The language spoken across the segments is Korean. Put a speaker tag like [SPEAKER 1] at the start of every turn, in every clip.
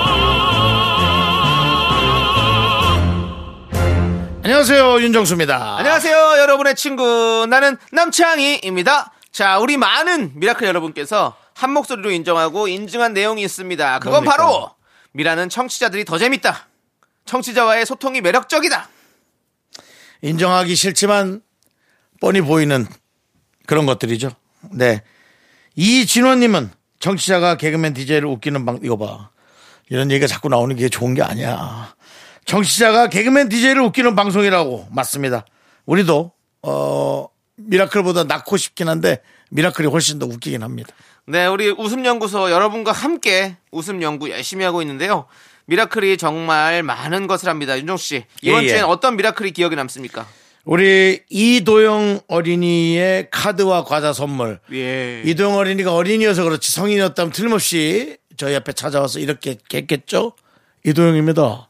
[SPEAKER 1] 안녕하세요 윤정수입니다.
[SPEAKER 2] 안녕하세요, 여러분의 친구. 나는 남창희입니다. 자, 우리 많은 미라클 여러분께서 한 목소리로 인정하고 인증한 내용이 있습니다. 그건
[SPEAKER 1] 뭡니까?
[SPEAKER 2] 바로 미라는 청취자들이 더 재밌다. 청취자와의 소통이 매력적이다.
[SPEAKER 1] 인정하기 싫지만 뻔히 보이는 그런 것들이죠. 네. 이진원님은 정치자가 개그맨 DJ를 웃기는 방 이거 봐. 이런 얘기가 자꾸 나오는 게 좋은 게 아니야. 정치자가 개그맨 DJ를 웃기는 방송이라고 맞습니다. 우리도 어 미라클보다 낫고 싶긴 한데 미라클이 훨씬 더 웃기긴 합니다.
[SPEAKER 2] 네, 우리 웃음연구소 여러분과 함께 웃음연구 열심히 하고 있는데요. 미라클이 정말 많은 것을 합니다. 윤종수 씨, 이번
[SPEAKER 1] 예, 예.
[SPEAKER 2] 주엔 어떤 미라클이 기억에 남습니까?
[SPEAKER 1] 우리 이도영 어린이의 카드와 과자 선물.
[SPEAKER 2] 예.
[SPEAKER 1] 이도영 어린이가 어린이여서 그렇지 성인이었다면 틀림없이 저희 앞에 찾아와서 이렇게 했겠죠? 이도영입니다.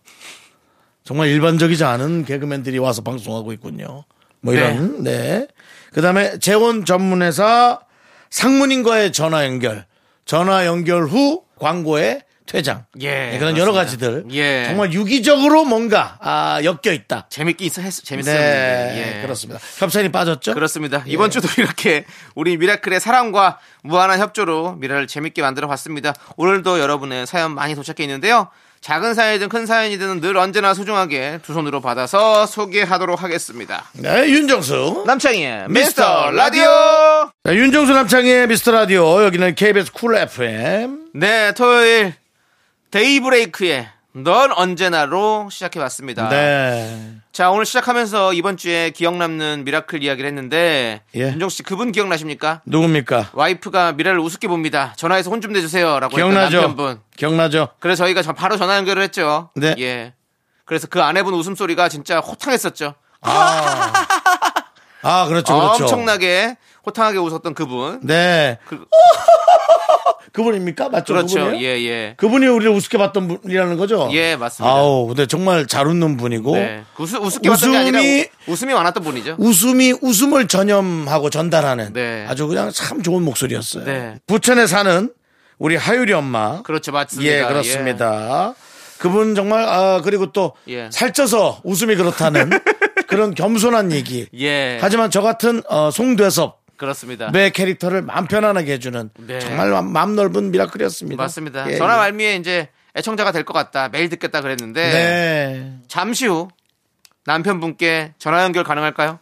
[SPEAKER 1] 정말 일반적이지 않은 개그맨들이 와서 방송하고 있군요. 뭐 이런, 네. 그다음에 재혼 전문회사 상무님과의 전화 연결. 전화 연결 후 광고의 퇴장.
[SPEAKER 2] 예,
[SPEAKER 1] 네, 그런 여러
[SPEAKER 2] 그렇습니다.
[SPEAKER 1] 가지들.
[SPEAKER 2] 예.
[SPEAKER 1] 정말 유기적으로 뭔가, 아, 엮여 있다.
[SPEAKER 2] 재밌게 있어, 했, 재밌어요.
[SPEAKER 1] 네,
[SPEAKER 2] 예.
[SPEAKER 1] 그렇습니다. 협찬이 빠졌죠?
[SPEAKER 2] 그렇습니다. 이번 주도 이렇게 우리 미라클의 사랑과 무한한 협조로 미라를 재밌게 만들어 봤습니다. 오늘도 여러분의 사연 많이 도착해 있는데요. 작은 사연이든 큰 사연이든 늘 언제나 소중하게 두 손으로 받아서 소개하도록 하겠습니다.
[SPEAKER 1] 네, 윤정수.
[SPEAKER 2] 남창희의
[SPEAKER 1] 미스터
[SPEAKER 2] 미스터 라디오!
[SPEAKER 1] 자, 윤정수 남창의 미스터 라디오 여기는 KBS 쿨 FM.
[SPEAKER 2] 네, 토요일 데이브레이크의 넌 언제나로 시작해 봤습니다.
[SPEAKER 1] 네.
[SPEAKER 2] 자, 오늘 시작하면서 이번 주에 기억 남는 미라클 이야기를 했는데
[SPEAKER 1] 예.
[SPEAKER 2] 윤종 씨 그분 기억나십니까?
[SPEAKER 1] 누굽니까?
[SPEAKER 2] 와이프가 미라를 우습게 봅니다. 전화해서 혼 좀 내주세요라고 했던
[SPEAKER 1] 기억나죠?
[SPEAKER 2] 남편분.
[SPEAKER 1] 기억나죠?
[SPEAKER 2] 그래서 저희가 저- 바로 전화 연결을 했죠.
[SPEAKER 1] 네.
[SPEAKER 2] 예. 그래서 그 아내분 웃음소리가 진짜 호탕했었죠.
[SPEAKER 1] 아, 그렇죠. 그렇죠.
[SPEAKER 2] 엄청나게 호탕하게 웃었던 그분.
[SPEAKER 1] 네.
[SPEAKER 2] 그-
[SPEAKER 1] 그분입니까? 맞죠?
[SPEAKER 2] 그렇죠.
[SPEAKER 1] 그분이요?
[SPEAKER 2] 예, 예.
[SPEAKER 1] 그분이 우리를 우습게 봤던 분이라는 거죠?
[SPEAKER 2] 예, 맞습니다.
[SPEAKER 1] 아우, 근데 정말 잘 웃는 분이고
[SPEAKER 2] 네. 그 웃, 웃게 봤던 게 아니라
[SPEAKER 1] 어? 웃음이-
[SPEAKER 2] 우- 웃음이 많았던 분이죠.
[SPEAKER 1] 웃음이 웃음을 전염하고 전달하는
[SPEAKER 2] 네.
[SPEAKER 1] 아주 그냥 참 좋은 목소리였어요.
[SPEAKER 2] 네.
[SPEAKER 1] 부천에 사는 우리 하율이 엄마.
[SPEAKER 2] 그렇죠. 맞습니다.
[SPEAKER 1] 예, 그렇습니다. 그분 정말 아 그리고 또
[SPEAKER 2] 예.
[SPEAKER 1] 살쪄서 웃음이 그렇다는 그런 겸손한 얘기.
[SPEAKER 2] 예.
[SPEAKER 1] 하지만 저 같은 어, 송대섭
[SPEAKER 2] 예, 그렇습니다.
[SPEAKER 1] 의 캐릭터를 마음 편안하게 해주는
[SPEAKER 2] 네.
[SPEAKER 1] 정말 마- 마음 넓은 미라클이었습니다.
[SPEAKER 2] 맞습니다.
[SPEAKER 1] 예,
[SPEAKER 2] 전화
[SPEAKER 1] 예.
[SPEAKER 2] 말미에 이제 애청자가 될 것 같다. 매일 듣겠다 그랬는데
[SPEAKER 1] 네.
[SPEAKER 2] 잠시 후 남편분께 전화 연결 가능할까요?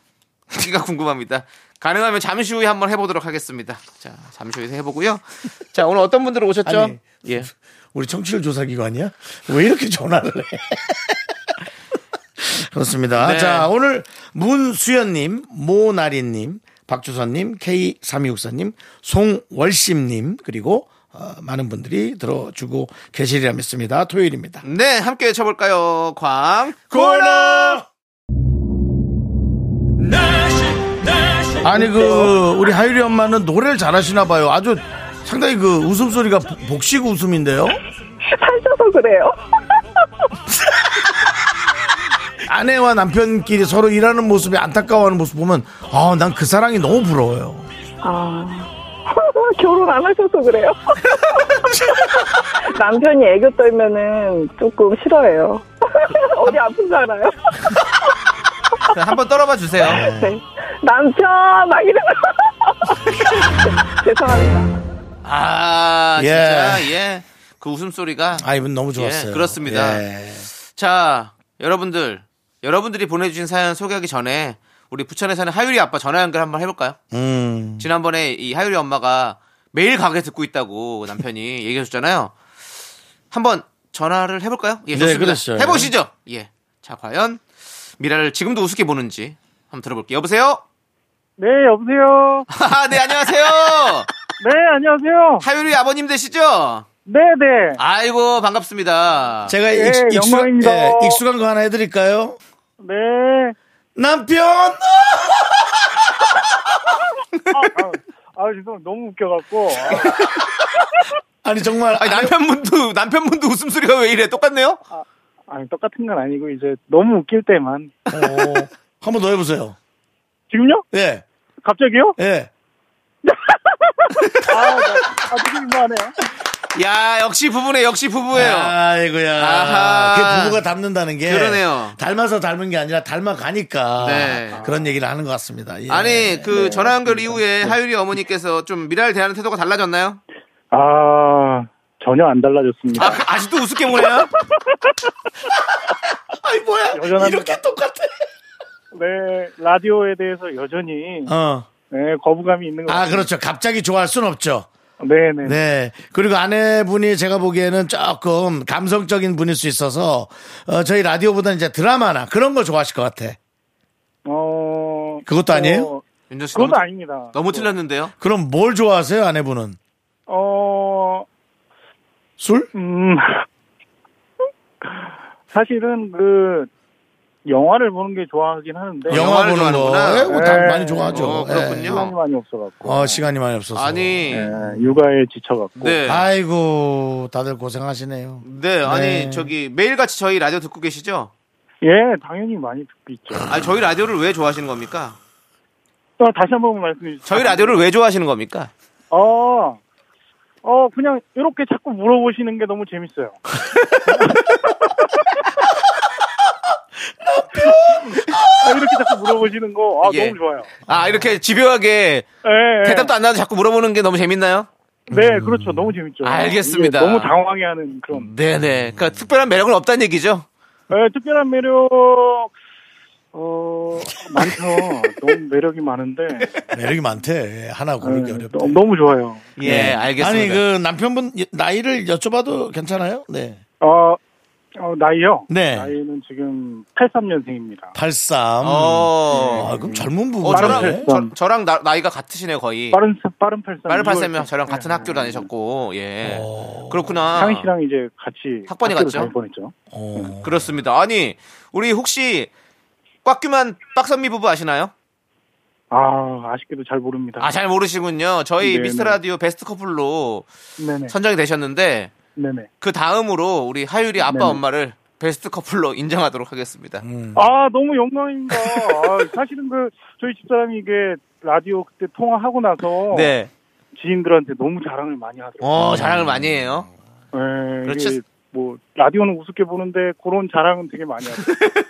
[SPEAKER 2] 이가 궁금합니다. 가능하면 잠시 후에 한번 해보도록 하겠습니다. 자, 잠시 후에 해보고요. 자, 오늘 어떤 분들 오셨죠?
[SPEAKER 1] 아니.
[SPEAKER 2] 예.
[SPEAKER 1] 우리 청취율 조사 기관이야? 왜 이렇게 전화를 해? 그렇습니다.
[SPEAKER 2] 네.
[SPEAKER 1] 자, 오늘 문수연님, 모나리님, 박주선님, K3264님, 송월심님, 그리고 어, 많은 분들이 들어주고 계시리라 믿습니다. 토요일입니다.
[SPEAKER 2] 네, 함께 외쳐볼까요? 광. 그,
[SPEAKER 1] 고라! 아니, 그, 우리 하율이 엄마는 노래를 잘하시나 봐요. 아주 상당히 그 웃음소리가 복- 복식 웃음인데요?
[SPEAKER 3] 하셔서 그래요.
[SPEAKER 1] 아내와 남편끼리 서로 일하는 모습이 안타까워하는 모습 보면 아 난 그 사랑이 너무 부러워요.
[SPEAKER 3] 아, 네. 결혼 안 하셔서 그래요. 남편이 애교 떨면은 조금 싫어해요. 어디 아픈 줄 알아요?
[SPEAKER 1] 아.
[SPEAKER 2] 한번 떨어봐 주세요.
[SPEAKER 3] 네. 남편! 막 이러면서. 죄송합니다.
[SPEAKER 2] 아,
[SPEAKER 1] 예.
[SPEAKER 2] 진짜, 예. 그 웃음소리가.
[SPEAKER 1] 아 이분 너무 좋았어요.
[SPEAKER 2] 예, 그렇습니다.
[SPEAKER 1] 예.
[SPEAKER 2] 자, 여러분들. 여러분들이 보내주신 사연 소개하기 전에 우리 부천에 사는 하율이 아빠 전화 연결 한번 해볼까요?
[SPEAKER 1] 음.
[SPEAKER 2] 지난번에 이 하율이 엄마가 매일 가게 듣고 있다고 남편이 얘기해 줬잖아요. 한번 전화를 해볼까요? 예,
[SPEAKER 1] 네,
[SPEAKER 2] 좋습니다.
[SPEAKER 1] 그렇죠.
[SPEAKER 2] 해보시죠. 예. 자, 과연 미라를 지금도 우습게 보는지 한번 들어볼게요. 여보세요?
[SPEAKER 3] 네, 여보세요.
[SPEAKER 2] 아, 네, 안녕하세요.
[SPEAKER 3] 네, 안녕하세요.
[SPEAKER 2] 하율이 아버님 되시죠?
[SPEAKER 3] 네네.
[SPEAKER 2] 아이고, 반갑습니다.
[SPEAKER 1] 제가
[SPEAKER 3] 예,
[SPEAKER 1] 익, 익숙한,
[SPEAKER 3] 영광입니다.
[SPEAKER 1] 익숙한 거 하나 해드릴까요?
[SPEAKER 3] 네.
[SPEAKER 1] 남편!
[SPEAKER 4] 아, 아 죄송 너무 웃겨갖고 아,
[SPEAKER 1] 아니, 정말.
[SPEAKER 2] 아니, 남편분도, 남편분도 웃음소리가 왜 이래? 똑같네요?
[SPEAKER 4] 아, 아니 똑같은 건 아니고 이제 너무 웃길 때만
[SPEAKER 1] 어, 한번 더 해보세요.
[SPEAKER 4] 지금요?
[SPEAKER 1] 예,
[SPEAKER 4] 갑자기요?
[SPEAKER 1] 예.
[SPEAKER 4] 아, 나, 아 되게 민망하네요.
[SPEAKER 2] 야, 역시 부부네, 역시 부부예요.
[SPEAKER 1] 아이고야.
[SPEAKER 2] 아하.
[SPEAKER 1] 그게 부부가 닮는다는 게.
[SPEAKER 2] 그러네요.
[SPEAKER 1] 닮아서 닮은 게 아니라 닮아가니까.
[SPEAKER 2] 네.
[SPEAKER 1] 그런 얘기를 하는 것 같습니다. 예.
[SPEAKER 2] 아니, 그 전화 연결 이후에 하율이 어머니께서 좀 미라를 대하는 태도가 달라졌나요?
[SPEAKER 4] 아 전혀 안 달라졌습니다.
[SPEAKER 2] 아, 그- 아직도 우습게 보네요?
[SPEAKER 1] 아이, 뭐야.
[SPEAKER 4] 여전합니다.
[SPEAKER 1] 이렇게 똑같아.
[SPEAKER 4] 네 라디오에 대해서 여전히
[SPEAKER 1] 어.
[SPEAKER 4] 네, 거부감이 있는 것
[SPEAKER 1] 아,
[SPEAKER 4] 같아요.
[SPEAKER 1] 그렇죠. 갑자기 좋아할 순 없죠.
[SPEAKER 4] 네네.
[SPEAKER 1] 네. 그리고 아내분이 제가 보기에는 조금 감성적인 분일 수 있어서 어, 저희 라디오보다는 이제 드라마나 그런 거 좋아하실 것 같아.
[SPEAKER 4] 어
[SPEAKER 1] 그것도 아니에요?
[SPEAKER 4] 어,
[SPEAKER 2] 윤정 씨
[SPEAKER 4] 그것도
[SPEAKER 2] 너무,
[SPEAKER 4] 아닙니다.
[SPEAKER 2] 너무 틀렸는데요?
[SPEAKER 1] 그럼 뭘 좋아하세요, 아내분은?
[SPEAKER 4] 어
[SPEAKER 1] 술?
[SPEAKER 4] 음, 사실은 그 영화를 보는 게 좋아하긴 하는데
[SPEAKER 1] 영화
[SPEAKER 2] 네. 영화를
[SPEAKER 1] 보는 거.
[SPEAKER 2] 좋아하는구나.
[SPEAKER 1] 예, 뭐다
[SPEAKER 4] 네.
[SPEAKER 1] 많이 좋아하죠.
[SPEAKER 2] 어, 그렇군요.
[SPEAKER 1] 예.
[SPEAKER 4] 시간이 많이 없어갖고
[SPEAKER 1] 어, 시간이 많이 없어서.
[SPEAKER 2] 아니,
[SPEAKER 4] 예, 육아에 지쳐갖고
[SPEAKER 2] 네.
[SPEAKER 1] 아이고, 다들 고생하시네요.
[SPEAKER 2] 네, 아니,
[SPEAKER 1] 네.
[SPEAKER 2] 저기, 매일같이 저희 라디오 듣고 계시죠?
[SPEAKER 4] 예 당연히 많이 듣고 있죠.
[SPEAKER 2] 아니, 저희 라디오를 왜 좋아하시는 겁니까?
[SPEAKER 4] 또 어, 다시 한 번 말씀해 주세요.
[SPEAKER 2] 저희 라디오를 왜 좋아하시는 겁니까?
[SPEAKER 4] 어, 어 그냥 이렇게 자꾸 물어보시는 게 너무 재밌어요. 아, 이렇게 자꾸 물어보시는 거, 아,
[SPEAKER 2] 예.
[SPEAKER 4] 너무 좋아요.
[SPEAKER 2] 아, 이렇게 집요하게
[SPEAKER 4] 예, 예.
[SPEAKER 2] 대답도 안 나도 자꾸 물어보는 게 너무 재밌나요?
[SPEAKER 4] 네, 그렇죠. 너무 재밌죠.
[SPEAKER 2] 알겠습니다.
[SPEAKER 4] 이게 너무 당황해 하는 그런.
[SPEAKER 2] 네네. 그러니까 특별한 매력은 없다는 얘기죠?
[SPEAKER 4] 네, 특별한 매력, 어, 많죠. 너무 매력이 많은데.
[SPEAKER 1] 네, 매력이 많대. 예, 하나 고르기
[SPEAKER 4] 네,
[SPEAKER 1] 어렵다.
[SPEAKER 4] 너- 너무 좋아요.
[SPEAKER 2] 예, 알겠습니다.
[SPEAKER 1] 아니, 그 남편분 나이를 여쭤봐도 괜찮아요? 네.
[SPEAKER 4] 어, 어, 나이요?
[SPEAKER 1] 네.
[SPEAKER 4] 나이는 지금 83년생입니다.
[SPEAKER 1] 83.
[SPEAKER 2] 어.
[SPEAKER 1] 아, 그럼 젊은
[SPEAKER 2] 어,
[SPEAKER 1] 부부네.
[SPEAKER 2] 저랑,
[SPEAKER 4] 팔삼.
[SPEAKER 2] 저, 랑 나, 이가 같으시네요, 거의.
[SPEAKER 4] 음. 빠른, 빠른 83.
[SPEAKER 2] 빠른 팔쌤이랑
[SPEAKER 4] 6월.
[SPEAKER 2] 저랑 같은
[SPEAKER 4] 네.
[SPEAKER 2] 학교 다니셨고, 예.
[SPEAKER 1] 어.
[SPEAKER 2] 그렇구나.
[SPEAKER 4] 상희 씨랑 이제 같이
[SPEAKER 2] 학번에
[SPEAKER 4] 학교를
[SPEAKER 2] 갔죠?
[SPEAKER 4] 다닐 뻔했죠.
[SPEAKER 1] 어.
[SPEAKER 2] 그렇습니다. 아니, 우리 혹시 꽉규만 빡선미 부부 아시나요?
[SPEAKER 4] 아 아쉽게도 잘 모릅니다.
[SPEAKER 2] 아, 잘 모르시군요. 저희
[SPEAKER 4] 네네.
[SPEAKER 2] 미스터 라디오 베스트 커플로
[SPEAKER 4] 네네
[SPEAKER 2] 선정이 되셨는데,
[SPEAKER 4] 네네.
[SPEAKER 2] 그 다음으로 우리 하율이 아빠
[SPEAKER 4] 네네.
[SPEAKER 2] 엄마를 베스트 커플로 인정하도록 하겠습니다.
[SPEAKER 1] 음.
[SPEAKER 4] 아 너무 영광입니다. 아, 사실은 그 저희 집사람이 이게 라디오 그때 통화하고 나서
[SPEAKER 2] 네.
[SPEAKER 4] 지인들한테 너무 자랑을 많이 하더라고요.
[SPEAKER 2] 어, 자랑을 많이 해요.
[SPEAKER 1] 어?
[SPEAKER 4] 예,
[SPEAKER 2] 그렇죠.
[SPEAKER 4] 이게 뭐 라디오는 우습게 보는데 그런 자랑은 되게 많이 하더라고요.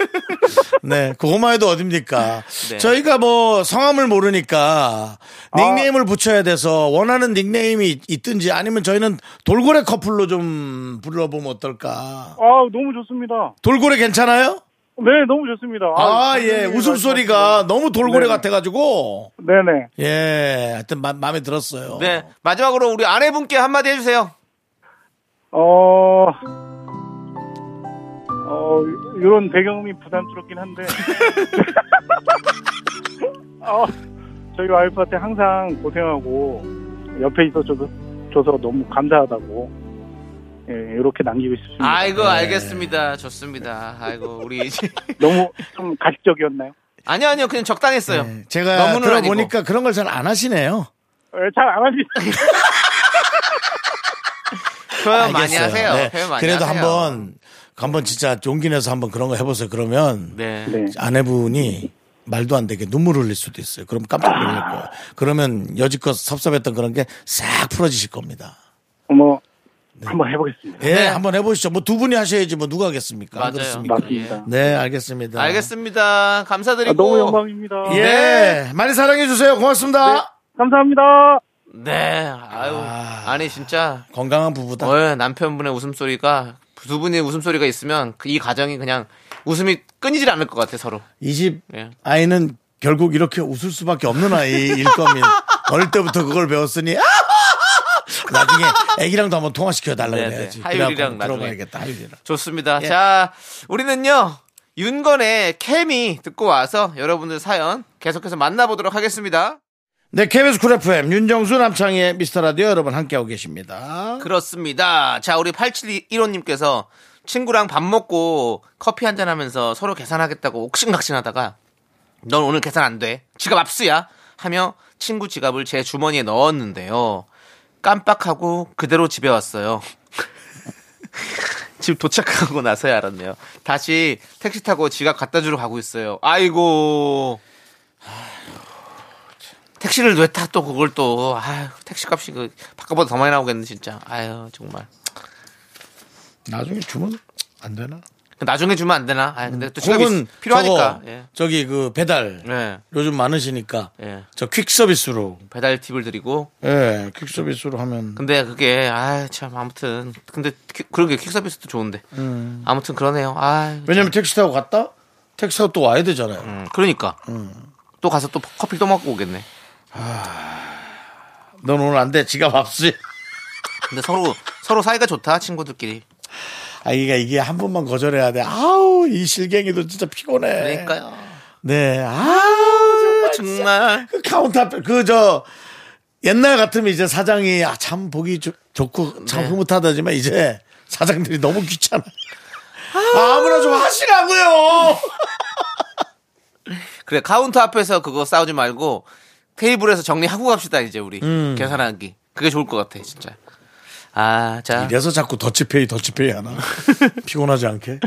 [SPEAKER 1] 네, 그것만 해도 어딥니까?
[SPEAKER 2] 네.
[SPEAKER 1] 저희가 뭐 성함을 모르니까 닉네임을 붙여야 돼서 원하는 닉네임이 있- 있든지 아니면 저희는 돌고래 커플로 좀 불러보면 어떨까?
[SPEAKER 4] 아 너무 좋습니다.
[SPEAKER 1] 돌고래 괜찮아요?
[SPEAKER 4] 네 너무 좋습니다.
[SPEAKER 1] 아, 예.
[SPEAKER 4] 선생님이
[SPEAKER 1] 웃음소리가
[SPEAKER 4] 말씀하시고.
[SPEAKER 1] 너무 돌고래
[SPEAKER 4] 네.
[SPEAKER 1] 같아가지고.
[SPEAKER 4] 네네.
[SPEAKER 1] 예. 하여튼 마, 마음에 들었어요.
[SPEAKER 2] 네. 마지막으로 우리 아내분께 한마디 해주세요.
[SPEAKER 4] 어. 어, 이런 배경음이 부담스럽긴 한데. 어, 저희 와이프한테 항상 고생하고, 옆에 있어줘서 줘서 너무 감사하다고, 예, 이렇게 남기고
[SPEAKER 1] 음.
[SPEAKER 4] 싶습니다.
[SPEAKER 2] 아이고,
[SPEAKER 1] 네.
[SPEAKER 2] 알겠습니다. 좋습니다. 아이고, 우리. 이제-
[SPEAKER 4] 너무 좀 가식적이었나요?
[SPEAKER 2] 아니요, 아니요. 그냥 적당했어요.
[SPEAKER 1] 네, 제가
[SPEAKER 2] 너무는
[SPEAKER 1] 들어보니까 그런 걸 잘 안 하시네요.
[SPEAKER 4] 예, 잘 안 하시죠?
[SPEAKER 2] 표현 아, 많이
[SPEAKER 1] 알겠어요.
[SPEAKER 2] 하세요.
[SPEAKER 1] 네,
[SPEAKER 2] 표현 많이
[SPEAKER 1] 그래도
[SPEAKER 2] 하세요.
[SPEAKER 1] 한번, 한번 진짜 용기 내서 한번 그런 거 해보세요. 그러면
[SPEAKER 2] 네.
[SPEAKER 4] 네.
[SPEAKER 1] 아내분이 말도 안 되게 눈물 흘릴 수도 있어요. 그럼 깜짝 놀랄
[SPEAKER 2] 아.
[SPEAKER 1] 거예요. 그러면 여지껏 섭섭했던 그런 게 싹 풀어지실 겁니다.
[SPEAKER 4] 뭐, 한번 해보겠습니다.
[SPEAKER 1] 예,
[SPEAKER 2] 네.
[SPEAKER 1] 한번 해보시죠. 뭐 두 분이 하셔야지 뭐 누가 하겠습니까? 안
[SPEAKER 2] 맞아요.
[SPEAKER 1] 그렇습니까?
[SPEAKER 4] 맞습니다.
[SPEAKER 1] 네, 알겠습니다.
[SPEAKER 2] 알겠습니다. 감사드리고.
[SPEAKER 4] 아, 너무 영광입니다.
[SPEAKER 1] 예, 많이 사랑해 주세요. 고맙습니다.
[SPEAKER 4] 감사합니다.
[SPEAKER 2] 네. 아유. 아... 니 진짜.
[SPEAKER 1] 건강한 부부다.
[SPEAKER 2] 어, 남편분의 웃음소리가 두 분의 웃음소리가 있으면 그이 가정이 그냥 웃음이 끊이질 않을 것 같아 서로.
[SPEAKER 1] 이 집
[SPEAKER 2] 예.
[SPEAKER 1] 아이는 결국 이렇게 웃을 수밖에 없는 아이일 겁니다. 어릴 때부터 그걸 배웠으니 아! 나중에 애기랑도 한번 통화시켜 달라
[SPEAKER 2] 네, 네.
[SPEAKER 1] 그래야지.
[SPEAKER 2] 하율이랑
[SPEAKER 1] 그래갖고
[SPEAKER 2] 나중에.
[SPEAKER 1] 들어봐야겠다. 하율이랑.
[SPEAKER 2] 좋습니다. 자, 우리는요. 윤건의 케미 듣고 와서 여러분들 사연 계속해서 만나보도록 하겠습니다.
[SPEAKER 1] 네, KBS 쿨 FM 윤정수 남창희의 미스터 라디오 여러분 함께하고 계십니다.
[SPEAKER 2] 그렇습니다. 자, 우리 8715님께서 친구랑 밥 먹고 커피 한잔 하면서 서로 계산하겠다고 옥신각신 하다가 넌 오늘 계산 안 돼. 지갑 압수야. 하며 친구 지갑을 제 주머니에 넣었는데요. 깜빡하고 그대로 집에 왔어요. 집 도착하고 나서야 알았네요. 다시 택시 타고 지갑 갖다 주러 가고 있어요. 아이고. 택시를 왜 타 또 그걸 또 아유, 택시 값이 그 바꿔보다 더 많이 나오겠네 진짜. 아유 정말.
[SPEAKER 1] 나중에 주면 안 되나?
[SPEAKER 2] 나중에 주면 안 되나? 아 근데 또 지갑이
[SPEAKER 1] 혹은
[SPEAKER 2] 있- 필요하니까.
[SPEAKER 1] 저거,
[SPEAKER 2] 예.
[SPEAKER 1] 저기 그 배달
[SPEAKER 2] 예.
[SPEAKER 1] 요즘 많으시니까
[SPEAKER 2] 예.
[SPEAKER 1] 저 퀵 서비스로
[SPEAKER 2] 배달 팁을 드리고
[SPEAKER 1] 예, 퀵 서비스로 하면
[SPEAKER 2] 근데 그게 아 참 아무튼 근데 키- 그런 게 퀵서비스도 좋은데
[SPEAKER 1] 음.
[SPEAKER 2] 아무튼 그러네요. 아
[SPEAKER 1] 왜냐면 택시 타고 갔다 택시 타고 또 와야 되잖아요.
[SPEAKER 2] 음, 그러니까 또 가서 또 커피 또 먹고 오겠네.
[SPEAKER 1] 넌 오늘 안 돼. 지갑 압수.
[SPEAKER 2] 근데 서로 서로 사이가 좋다 친구들끼리.
[SPEAKER 1] 아, 이게, 이게 한 번만 거절해야 돼. 아우, 이 실갱이도 진짜 피곤해.
[SPEAKER 2] 그러니까요.
[SPEAKER 1] 네. 아우, 정말.
[SPEAKER 2] 정말
[SPEAKER 1] 그 카운터 앞에, 그, 저, 옛날 같으면 이제 사장이, 아, 참 보기 좋- 좋고, 참
[SPEAKER 2] 네.
[SPEAKER 1] 흐뭇하다지만 이제 사장들이 너무 귀찮아. 아, 무나좀 하시라고요!
[SPEAKER 2] 그래 카운터 앞에서 그거 싸우지 말고 테이블에서 정리하고 갑시다 이제 우리
[SPEAKER 1] 음.
[SPEAKER 2] 계산하기 그게 좋을 것 같아 진짜. 아자
[SPEAKER 1] 이래서 자꾸 더치페이, 더치페이 하나. 피곤하지 않게.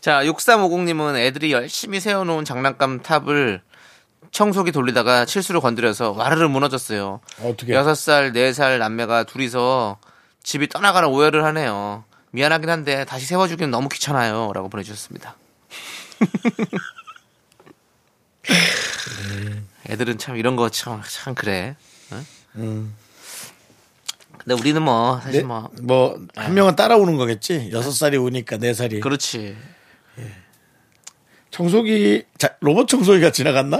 [SPEAKER 2] 자, 6350님은 애들이 열심히 세워놓은 장난감 탑을 청소기 돌리다가 실수로 건드려서 와르르 무너졌어요.
[SPEAKER 1] 어떻게?
[SPEAKER 2] 6살, 4살 남매가 둘이서 집이 떠나가는 오해를 하네요. 미안하긴 한데 다시 세워주기는 너무 귀찮아요. 라고 보내주셨습니다.
[SPEAKER 1] 네.
[SPEAKER 2] 애들은 참 이런 거 참 참 그래. 응? 근데 우리는 뭐 사실
[SPEAKER 1] 음. 네,
[SPEAKER 2] 뭐 네.
[SPEAKER 1] 뭐, 한 명은 따라오는 거겠지? 여섯 살이 오니까 네살이
[SPEAKER 2] 그렇지.
[SPEAKER 1] 청소기 자, 로봇 청소기가 지나갔나?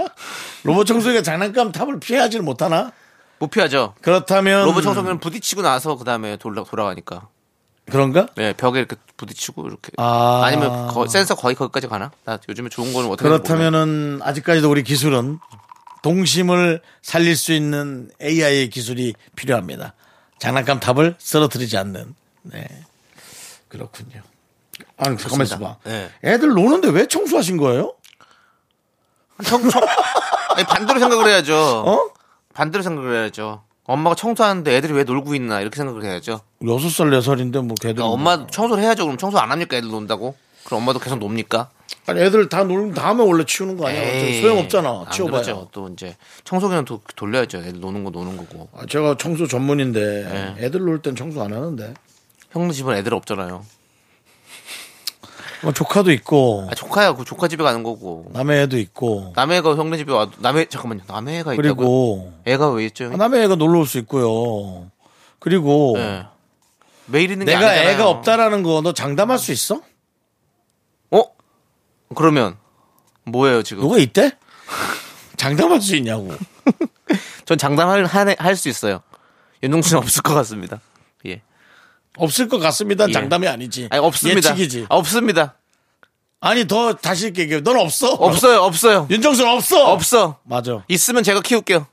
[SPEAKER 1] 로봇 청소기가 장난감 탑을 피하지를 못하나?
[SPEAKER 2] 무피하죠.
[SPEAKER 1] 그렇다면
[SPEAKER 2] 로봇 청소기는 부딪히고 나서 그 다음에 돌아 돌아가니까.
[SPEAKER 1] 그런가?
[SPEAKER 2] 네, 벽에 이렇게 부딪히고 이렇게.
[SPEAKER 1] 아.
[SPEAKER 2] 아... 니면 센서 거의 거기까지 가나? 나 요즘에 좋은 거는 어떻게
[SPEAKER 1] 그렇다면은 아직까지도 우리 기술은 동심을 살릴 수 있는 AI의 기술이 필요합니다. 장난감 탑을 쓰러뜨리지 않는. 네. 그렇군요. 아니, 잠깐만 있어봐.
[SPEAKER 2] 좋습니다. 네.
[SPEAKER 1] 애들 노는데 왜 청소하신 거예요?
[SPEAKER 2] 청, 청... 아니, 반대로 생각을 해야죠.
[SPEAKER 1] 어?
[SPEAKER 2] 반대로 생각을 해야죠. 엄마가 청소하는데 애들이 왜 놀고 있나 이렇게 생각을 해야죠.
[SPEAKER 1] 여섯 살, 네 살인데 뭐 걔들.
[SPEAKER 2] 그러니까 엄마 청소를 해야죠. 그럼 청소 안 합니까? 애들 논다고? 그럼 엄마도 계속 놉니까?
[SPEAKER 1] 아니, 애들 다 놀면 다음에 원래 치우는 거 아니야?
[SPEAKER 2] 에이,
[SPEAKER 1] 소용 없잖아.
[SPEAKER 2] 안
[SPEAKER 1] 치워봐야.
[SPEAKER 2] 그러죠. 또 이제 청소기는 또 돌려야죠. 애들 노는 거 노는 거고.
[SPEAKER 1] 아, 제가 청소 전문인데
[SPEAKER 2] 네.
[SPEAKER 1] 애들 놀 땐 청소 안 하는데
[SPEAKER 2] 형 집은 애들 없잖아요.
[SPEAKER 1] 뭐 조카도 있고
[SPEAKER 2] 아, 조카야 그 조카 집에 가는 거고.
[SPEAKER 1] 남의 애도 있고
[SPEAKER 2] 남의 애가 형네 집에 와도 남의 잠깐만요. 남의 애가 아, 있다고.
[SPEAKER 1] 그리고
[SPEAKER 2] 애가 왜 있죠?
[SPEAKER 1] 아, 남의 애가 놀러 올 수 있고요 그리고
[SPEAKER 2] 예. 매일 있는 게
[SPEAKER 1] 내가
[SPEAKER 2] 아니잖아요.
[SPEAKER 1] 애가 없다라는 거 너 장담할 수 있어?
[SPEAKER 2] 어? 그러면 뭐예요 지금?
[SPEAKER 1] 누가 있대? 장담할 수 있냐고
[SPEAKER 2] 전 장담할 할 수 있어요. 윤동수는 없을 것 같습니다. 예.
[SPEAKER 1] 없을 것 같습니다
[SPEAKER 2] 예.
[SPEAKER 1] 장담이 아니지
[SPEAKER 2] 아니 없습니다.
[SPEAKER 1] 예측이지
[SPEAKER 2] 아, 없습니다.
[SPEAKER 1] 아니 더 다시 이렇게 얘기해 넌 없어?
[SPEAKER 2] 없어요. 없어요.
[SPEAKER 1] 윤정수는 없어?
[SPEAKER 2] 없어.
[SPEAKER 1] 맞아
[SPEAKER 2] 있으면 제가 키울게요.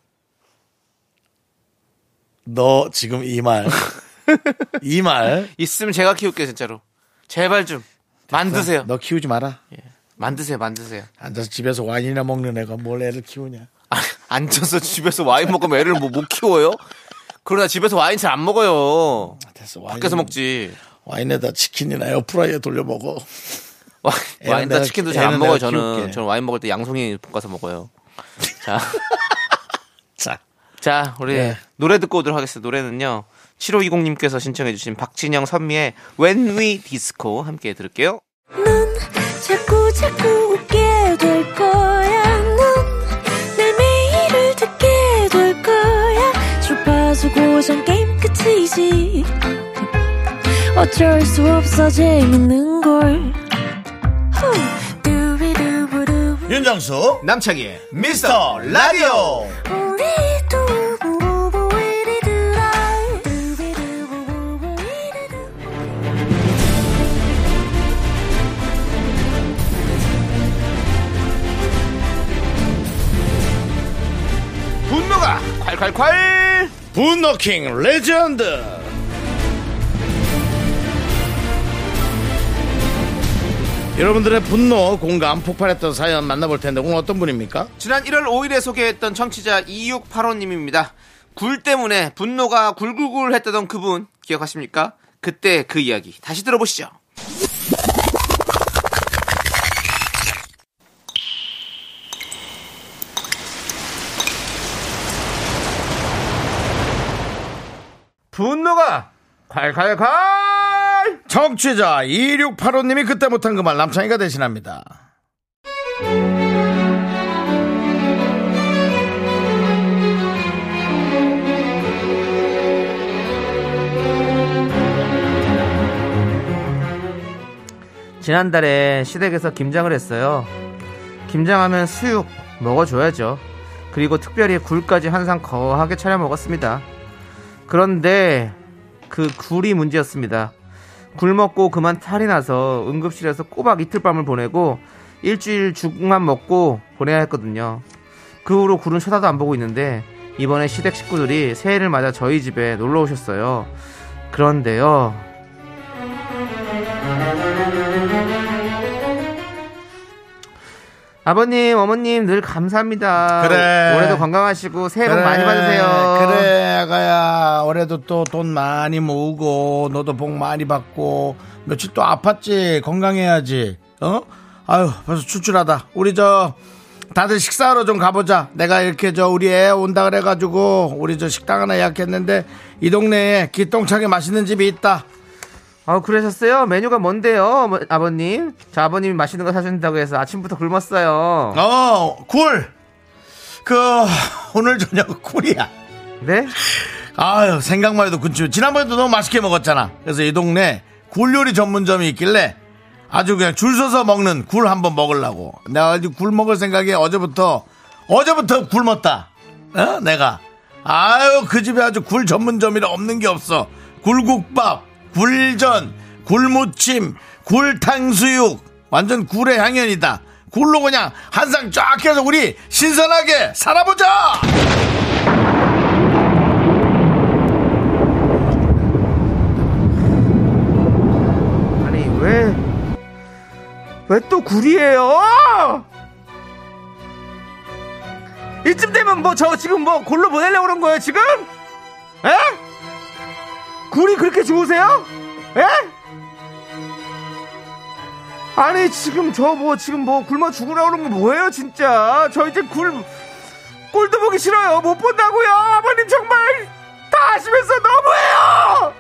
[SPEAKER 1] 너 지금 이말이말
[SPEAKER 2] 있으면 제가 키울게요 진짜로. 제발 좀 만드세요.
[SPEAKER 1] 너 키우지 마라
[SPEAKER 2] 만드세요. 만드세요.
[SPEAKER 1] 앉아서 집에서 와인이나 먹는 애가 뭘 애를 키우냐
[SPEAKER 2] 아, 앉아서 집에서 와인 먹으면 애를 뭐 못 키워요? 그러나 집에서 와인 잘 안 먹어요.
[SPEAKER 1] 됐어. 와인,
[SPEAKER 2] 밖에서 먹지.
[SPEAKER 1] 와인에다 치킨이나 에어프라이에 돌려 먹어.
[SPEAKER 2] 와-
[SPEAKER 1] 애는
[SPEAKER 2] 와인다
[SPEAKER 1] 내가
[SPEAKER 2] 치킨도
[SPEAKER 1] 키-
[SPEAKER 2] 잘 안
[SPEAKER 1] 애는
[SPEAKER 2] 먹어요.
[SPEAKER 1] 내가
[SPEAKER 2] 저는
[SPEAKER 1] 키울게.
[SPEAKER 2] 저는 와인 먹을 때 양송이 볶아서 먹어요. 자,
[SPEAKER 1] 자.
[SPEAKER 2] 자 우리
[SPEAKER 1] 네.
[SPEAKER 2] 노래 듣고 오도록 하겠습니다. 노래는요. 7520님께서 신청해주신 박진영 선미의 When We Disco 함께 들을게요.
[SPEAKER 5] 자꾸 자꾸 웃게 될 거야. 넌내 매일을 듣게 될 거야. 주파수 고정 게임 끝이지. 어쩔 수 없어 재밌는 걸. 후. 두비두부두.
[SPEAKER 1] 윤정수
[SPEAKER 2] 남창희의
[SPEAKER 1] 미스터 라디오.
[SPEAKER 5] 우리 두부부부 우리 두라. 두비두부부부 우리 두라.
[SPEAKER 2] 분노가 콸콸콸
[SPEAKER 1] 분노킹 레전드. 여러분들의 분노, 공감, 폭발했던 사연 만나볼 텐데 오늘 어떤 분입니까?
[SPEAKER 2] 지난 1월 5일에 소개했던 청취자 2685님입니다. 굴 때문에 분노가 굴굴굴 했다던 그분 기억하십니까? 그때 그 이야기 다시 들어보시죠. 분노가 콸콸콸!
[SPEAKER 1] 정취자 2685님이 그때 못한 그 말 남창희가 대신합니다.
[SPEAKER 2] 지난달에 시댁에서 김장을 했어요. 김장하면 수육 먹어줘야죠. 그리고 특별히 굴까지 한 상 거하게 차려 먹었습니다. 그런데 그 굴이 문제였습니다. 굴 먹고 그만 탈이 나서 응급실에서 꼬박 이틀 밤을 보내고 일주일 죽만 먹고 보내야 했거든요. 그 후로 굴은 쳐다도 안 보고 있는데 이번에 시댁 식구들이 새해를 맞아 저희 집에 놀러 오셨어요. 그런데요. 아버님, 어머님 늘 감사합니다.
[SPEAKER 1] 그래.
[SPEAKER 2] 올해도 건강하시고 새해 복 많이 받으세요.
[SPEAKER 1] 그래, 아가야. 올해도 또 돈 많이 모으고, 너도 복 많이 받고, 며칠 또 아팠지. 건강해야지. 어? 아유, 벌써 출출하다. 우리 저, 다들 식사하러 좀 가보자. 내가 이렇게 저, 우리 애 온다 그래가지고, 우리 저 식당 하나 예약했는데, 이 동네에 기똥차게 맛있는 집이 있다.
[SPEAKER 2] 아 그러셨어요? 메뉴가 뭔데요, 어머- 아버님? 자, 아버님이 맛있는 거 사준다고 해서 아침부터 굶었어요.
[SPEAKER 1] 어, 굴! 그, 오늘 저녁 굴이야.
[SPEAKER 2] 네?
[SPEAKER 1] 아유 생각만 해도 군침 지난번에도 너무 맛있게 먹었잖아 그래서 이 동네 굴 요리 전문점이 있길래 아주 그냥 줄 서서 먹는 굴 한번 먹으려고 내가 아주 굴 먹을 생각에 어제부터 어제부터 굶었다 어? 내가 아유 그 집에 아주 굴 전문점이라 없는 게 없어 굴국밥 굴전 굴무침 굴탕수육 완전 굴의 향연이다 굴로 그냥 한 상 쫙 해서 우리 신선하게 살아보자
[SPEAKER 2] 아니, 왜, 왜 또 굴이에요? 이쯤 되면 뭐 저 지금 뭐 골로 보내려고 그런 거예요, 지금? 에? 굴이 그렇게 좋으세요? 에? 아니, 지금 저 뭐 지금 뭐 굶어 죽으라고 그런 거 뭐예요, 진짜? 저 이제 굴, 꼴도 보기 싫어요. 못 본다고요. 아버님 정말 다 아시면서 너무해요!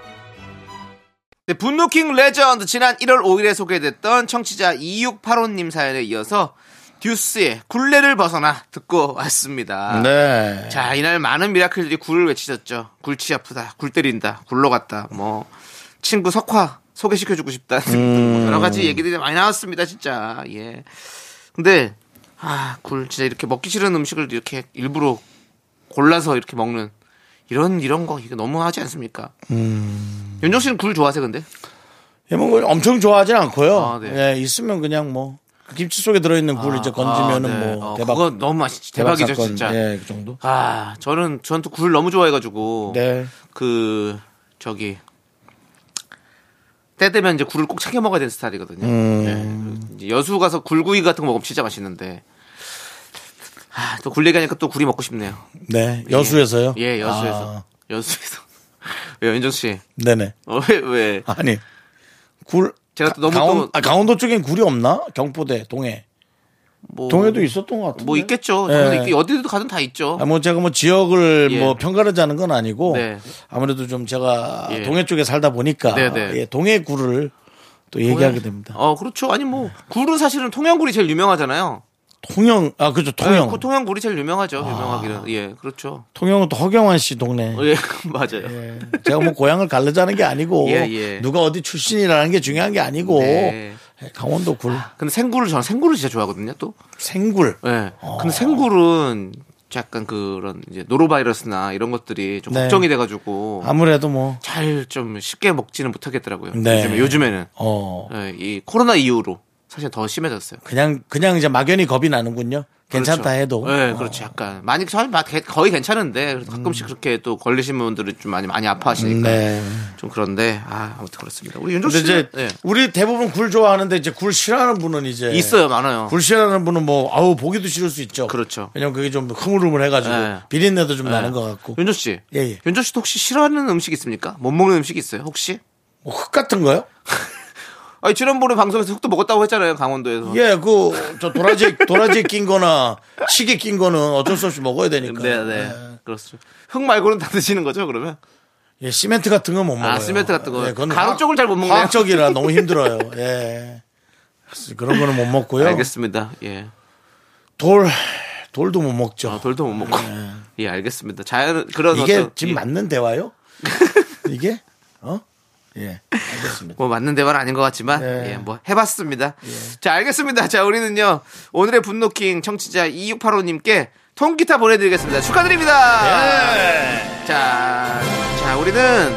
[SPEAKER 2] 네, 분노킹 레전드 지난 1월 5일에 소개됐던 청취자 2685님 사연에 이어서 듀스의 굴레를 벗어나 듣고 왔습니다.
[SPEAKER 1] 네
[SPEAKER 2] 자 이날 많은 미라클들이 굴을 외치셨죠. 굴치 아프다, 굴 때린다, 굴러 갔다, 뭐 친구 석화 소개시켜주고 싶다
[SPEAKER 1] 음.
[SPEAKER 2] 뭐 여러 가지 얘기들이 많이 나왔습니다 진짜. 예. 근데 아굴 진짜 이렇게 먹기 싫은 음식을 이렇게 일부러 골라서 이렇게 먹는 이런 이런 거 이거 너무하지 않습니까?
[SPEAKER 1] 음.
[SPEAKER 2] 윤정 씨는 굴 좋아하세요 근데?
[SPEAKER 1] 예, 뭐 엄청 좋아하진 않고요.
[SPEAKER 2] 아, 네.
[SPEAKER 1] 예, 있으면 그냥 뭐 김치 속에 들어있는 굴을 이제 건지면은
[SPEAKER 2] 아, 네.
[SPEAKER 1] 뭐
[SPEAKER 2] 어,
[SPEAKER 1] 대박
[SPEAKER 2] 그거 너무 맛있지
[SPEAKER 1] 대박
[SPEAKER 2] 대박이죠
[SPEAKER 1] 사건.
[SPEAKER 2] 진짜.
[SPEAKER 1] 예, 그 정도.
[SPEAKER 2] 아 저는 저는 또 굴 너무 좋아해가지고
[SPEAKER 1] 네.
[SPEAKER 2] 그 저기 때 되면 이제 굴을 꼭 챙겨 먹어야 되는 스타일이거든요.
[SPEAKER 1] 음.
[SPEAKER 2] 예. 이제 여수 가서 굴구이 같은 거 먹으면 진짜 맛있는데 아, 또 굴 얘기하니까 또 굴이 먹고 싶네요.
[SPEAKER 1] 네. 여수에서요?
[SPEAKER 2] 예, 여수에서
[SPEAKER 1] 아,
[SPEAKER 2] 여수에서 왜 연정 씨?
[SPEAKER 1] 네네.
[SPEAKER 2] 어, 왜 왜?
[SPEAKER 1] 아니. 굴
[SPEAKER 2] 제가 또 너무
[SPEAKER 1] 강원,
[SPEAKER 2] 또-
[SPEAKER 1] 아, 강원도 쪽엔 굴이 없나? 경포대, 동해.
[SPEAKER 2] 뭐,
[SPEAKER 1] 동해도 있었던 것 같은데.
[SPEAKER 2] 뭐 있겠죠.
[SPEAKER 1] 예.
[SPEAKER 2] 당연히 있- 어디든 가든 다 있죠.
[SPEAKER 1] 아, 뭐 제가 뭐 지역을
[SPEAKER 2] 예.
[SPEAKER 1] 뭐 편가르자는 건 아니고
[SPEAKER 2] 네.
[SPEAKER 1] 아무래도 좀 제가
[SPEAKER 2] 예.
[SPEAKER 1] 동해 쪽에 살다 보니까
[SPEAKER 2] 네, 네.
[SPEAKER 1] 예, 동해 굴을 또 얘기하게 됩니다. 예.
[SPEAKER 2] 어, 그렇죠. 아니 뭐 굴은 사실은 통영굴이 제일 유명하잖아요.
[SPEAKER 1] 통영, 아 그죠 통영. 아.
[SPEAKER 2] 네, 그 통영굴이 제일 유명하죠. 유명하기는 예, 그렇죠.
[SPEAKER 1] 통영은 또 허경환 씨 동네.
[SPEAKER 2] 예, 맞아요.
[SPEAKER 1] 제가 뭐 고향을 가르자는 게 아니고
[SPEAKER 2] 예, 예.
[SPEAKER 1] 누가 어디 출신이라는 게 중요한 게 아니고 예,
[SPEAKER 2] 네.
[SPEAKER 1] 강원도 굴
[SPEAKER 2] 근데 생굴을 저는 생굴을 진짜 좋아하거든요. 또.
[SPEAKER 1] 생굴
[SPEAKER 2] 예.
[SPEAKER 1] 어.
[SPEAKER 2] 근데 생굴은 약간 그런 이제 노로바이러스나 이런 것들이 좀
[SPEAKER 1] 네.
[SPEAKER 2] 걱정이 돼가지고
[SPEAKER 1] 아무래도 뭐
[SPEAKER 2] 잘 좀 쉽게 먹지는 못하겠더라고요.
[SPEAKER 1] 네.
[SPEAKER 2] 요즘에 요즘에는
[SPEAKER 1] 어.
[SPEAKER 2] 예, 이 코로나 이후로 사실 더 심해졌어요.
[SPEAKER 1] 그냥 그냥 이제 막연히 겁이 나는군요. 괜찮다
[SPEAKER 2] 그렇죠.
[SPEAKER 1] 해도.
[SPEAKER 2] 네, 그렇지. 약간. 많이, 저는 막 개- 거의 괜찮은데, 그래도 가끔씩 그렇게 또 걸리신 분들은 좀 많이, 많이 아파하시니까.
[SPEAKER 1] 음. 네.
[SPEAKER 2] 좀 그런데, 아, 아무튼 그렇습니다. 우리 윤종
[SPEAKER 1] 근데
[SPEAKER 2] 씨.
[SPEAKER 1] 이제
[SPEAKER 2] 는 네.
[SPEAKER 1] 우리 대부분 굴 좋아하는데 이제 굴 싫어하는 분은 이제
[SPEAKER 2] 예, 있어요, 많아요.
[SPEAKER 1] 굴 싫어하는 분은 뭐 아우 보기도 싫을 수 있죠.
[SPEAKER 2] 그렇죠.
[SPEAKER 1] 왜냐면 그게 좀 흐물흐물해가지고
[SPEAKER 2] 네.
[SPEAKER 1] 비린내도 좀
[SPEAKER 2] 네.
[SPEAKER 1] 나는 것 같고
[SPEAKER 2] 윤종 씨.
[SPEAKER 1] 예, 예.
[SPEAKER 2] 윤종 씨도 혹시 싫어하는 음식 있습니까? 못 먹는 음식 있어요, 혹시?
[SPEAKER 1] 뭐 흙 같은 거요?
[SPEAKER 2] 아니, 지난번에 방송에서 흙도 먹었다고 했잖아요, 강원도에서.
[SPEAKER 1] 예, 그 저 도라지 도라지 낀 거나 시계 낀 거는 어쩔 수 없이 먹어야 되니까.
[SPEAKER 2] 네, 네. 그렇습니다. 흙 말고는 다 드시는 거죠, 그러면?
[SPEAKER 1] 예, 시멘트 같은 건 못 먹어요.
[SPEAKER 2] 아,
[SPEAKER 1] 예,
[SPEAKER 2] 시멘트 같은 거.
[SPEAKER 1] 그건
[SPEAKER 2] 가루
[SPEAKER 1] 화-
[SPEAKER 2] 쪽을 잘못 먹네요.
[SPEAKER 1] 화학적이라 너무 힘들어요. 예. 그래서 그런 거는 못 먹고요.
[SPEAKER 2] 알겠습니다. 예.
[SPEAKER 1] 돌 돌도 못 먹죠.
[SPEAKER 2] 아, 돌도 못 먹고. 예, 알겠습니다. 자연, 그런
[SPEAKER 1] 네. 이게
[SPEAKER 2] 어떤-
[SPEAKER 1] 지금
[SPEAKER 2] 예.
[SPEAKER 1] 맞는 대화요? 이게 어? 예, 알겠습니다.
[SPEAKER 2] 뭐 맞는 대화는 아닌 것 같지만
[SPEAKER 1] 예.
[SPEAKER 2] 예, 뭐 해봤습니다. 자 알겠습니다. 자 우리는요 오늘의 분노킹 청취자 2685님께 통기타 보내드리겠습니다. 축하드립니다. 자, 자 우리는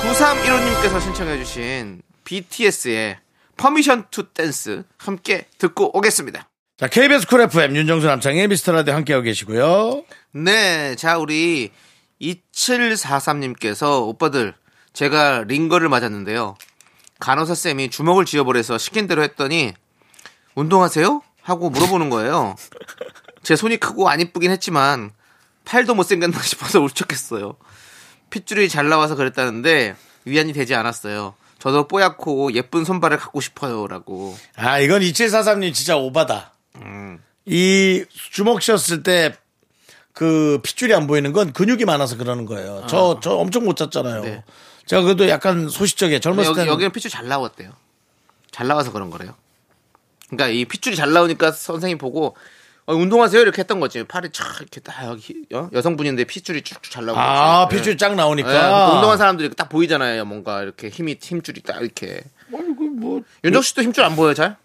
[SPEAKER 2] 9315님께서 신청해주신 BTS의 퍼미션 투 댄스 함께 듣고 오겠습니다.
[SPEAKER 1] 자, KBS 쿨 FM 윤정수 남창의 미스터 라디오 함께하고 계시고요.
[SPEAKER 2] 네, 자 우리 2743님께서 오빠들 제가 링거를 맞았는데요. 간호사 쌤이 주먹을 쥐어버려서 시킨 대로 했더니 운동하세요? 하고 물어보는 거예요. 제 손이 크고 안 이쁘긴 했지만 팔도 못생겼나 싶어서 울적했어요. 핏줄이 잘 나와서 그랬다는데 위안이 되지 않았어요. 저도 뽀얗고 예쁜 손발을 갖고 싶어요라고.
[SPEAKER 1] 아, 이건 2743님 진짜 오바다.
[SPEAKER 2] 음.
[SPEAKER 1] 이 주먹 씌었을 때 그 핏줄이 안 보이는 건 근육이 많아서 그러는 거예요. 저, 저 엄청 못 잤잖아요.
[SPEAKER 2] 네.
[SPEAKER 1] 제가 그래도 약간 소시적에 젊었을
[SPEAKER 2] 여기,
[SPEAKER 1] 때는
[SPEAKER 2] 여기는 핏줄 잘 나왔대요. 잘 나와서 그런 거래요. 그러니까 이 핏줄이 잘 나오니까 선생님 보고 어, 운동하세요 이렇게 했던 거지. 팔이 촥 이렇게 딱 여기, 어? 여성분인데 핏줄이 쭉쭉 잘 나오고.
[SPEAKER 1] 아, 뭐 핏줄이 쫙
[SPEAKER 2] 예,
[SPEAKER 1] 나오니까.
[SPEAKER 2] 보통 운동한 사람들이 딱 보이잖아요. 뭔가 이렇게 힘이 힘줄이 딱 이렇게.
[SPEAKER 1] 그 뭐.
[SPEAKER 2] 윤정 씨도 힘줄 안 보여요, 잘?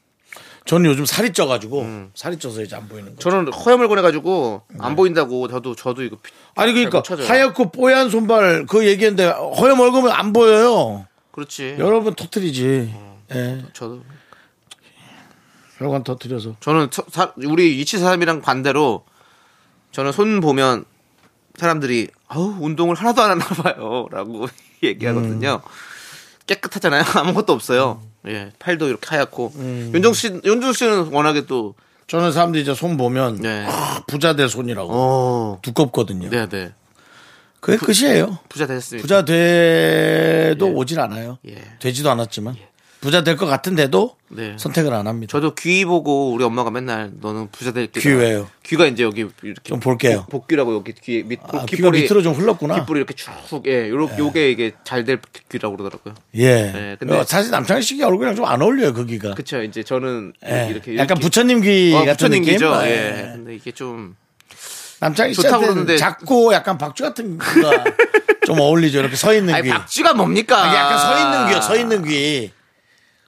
[SPEAKER 1] 저는 요즘 살이 쪄가지고 살이 쪄서 이제 안 보이는 거예요.
[SPEAKER 2] 저는 허염을 해가지고 안 보인다고 저도 저도 이거 핏-
[SPEAKER 1] 네. 아니 그러니까
[SPEAKER 2] 잘못 찾아요.
[SPEAKER 1] 하얗고 뽀얀 손발 그 얘기했는데 허염 얼굴은 안 보여요.
[SPEAKER 2] 그렇지.
[SPEAKER 1] 여러분 터트리지.
[SPEAKER 2] 음.
[SPEAKER 1] 예.
[SPEAKER 2] 저도
[SPEAKER 1] 혈관 터트려서.
[SPEAKER 2] 저는 서- 사- 우리 이치 사람이랑 반대로 저는 손 보면 사람들이 아우 운동을 하나도 안 하나 봐요라고 얘기하거든요.
[SPEAKER 1] 음.
[SPEAKER 2] 깨끗하잖아요. 아무것도 없어요. 예, 팔도 이렇게 하얗고
[SPEAKER 1] 음.
[SPEAKER 2] 윤정 씨 윤정 씨는 워낙에 또
[SPEAKER 1] 저는 사람들이 이제 손 보면
[SPEAKER 2] 네.
[SPEAKER 1] 아, 부자 될 손이라고
[SPEAKER 2] 어.
[SPEAKER 1] 두껍거든요.
[SPEAKER 2] 네, 네.
[SPEAKER 1] 그게 끝이에요.
[SPEAKER 2] 부자 되셨습니다.
[SPEAKER 1] 부자 돼도 오질 않아요.
[SPEAKER 2] 예.
[SPEAKER 1] 되지도 않았지만 부자 될 것 같은데도
[SPEAKER 2] 네.
[SPEAKER 1] 선택을 안 합니다.
[SPEAKER 2] 저도 귀 보고 우리 엄마가 맨날 너는 부자 될 게.
[SPEAKER 1] 귀 왜요?
[SPEAKER 2] 귀가 이제 여기 이렇게
[SPEAKER 1] 좀 볼게요.
[SPEAKER 2] 복- 복귀라고 여기 귀 밑,
[SPEAKER 1] 아, 귀가
[SPEAKER 2] 귓볼이-
[SPEAKER 1] 밑으로 좀 네. 흘렀구나.
[SPEAKER 2] 귓볼이 이렇게 쭉 예, 요렇 요게 이게 잘 될 귀라고 그러더라고요.
[SPEAKER 1] 예.
[SPEAKER 2] 네, 근데-
[SPEAKER 1] 어, 사실 남창희 씨 얼굴이랑 좀 안 어울려요, 그 귀가.
[SPEAKER 2] 그쵸 이제 저는
[SPEAKER 1] 예.
[SPEAKER 2] 이렇게
[SPEAKER 1] 약간
[SPEAKER 2] 이렇게-
[SPEAKER 1] 부처님 귀
[SPEAKER 2] 어,
[SPEAKER 1] 같은
[SPEAKER 2] 부처님
[SPEAKER 1] 느낌.
[SPEAKER 2] 귀죠.
[SPEAKER 1] 아,
[SPEAKER 2] 예. 근데 이게 좀
[SPEAKER 1] 남창희
[SPEAKER 2] 좋다고
[SPEAKER 1] 씨한테는
[SPEAKER 2] 그러는데-
[SPEAKER 1] 작고 약간 박쥐 같은 귀가 좀 어울리죠. 이렇게 서 있는
[SPEAKER 2] 아니
[SPEAKER 1] 귀.
[SPEAKER 2] 박쥐가 뭡니까?
[SPEAKER 1] 아니, 약간 서 있는 귀요. 서 있는 귀.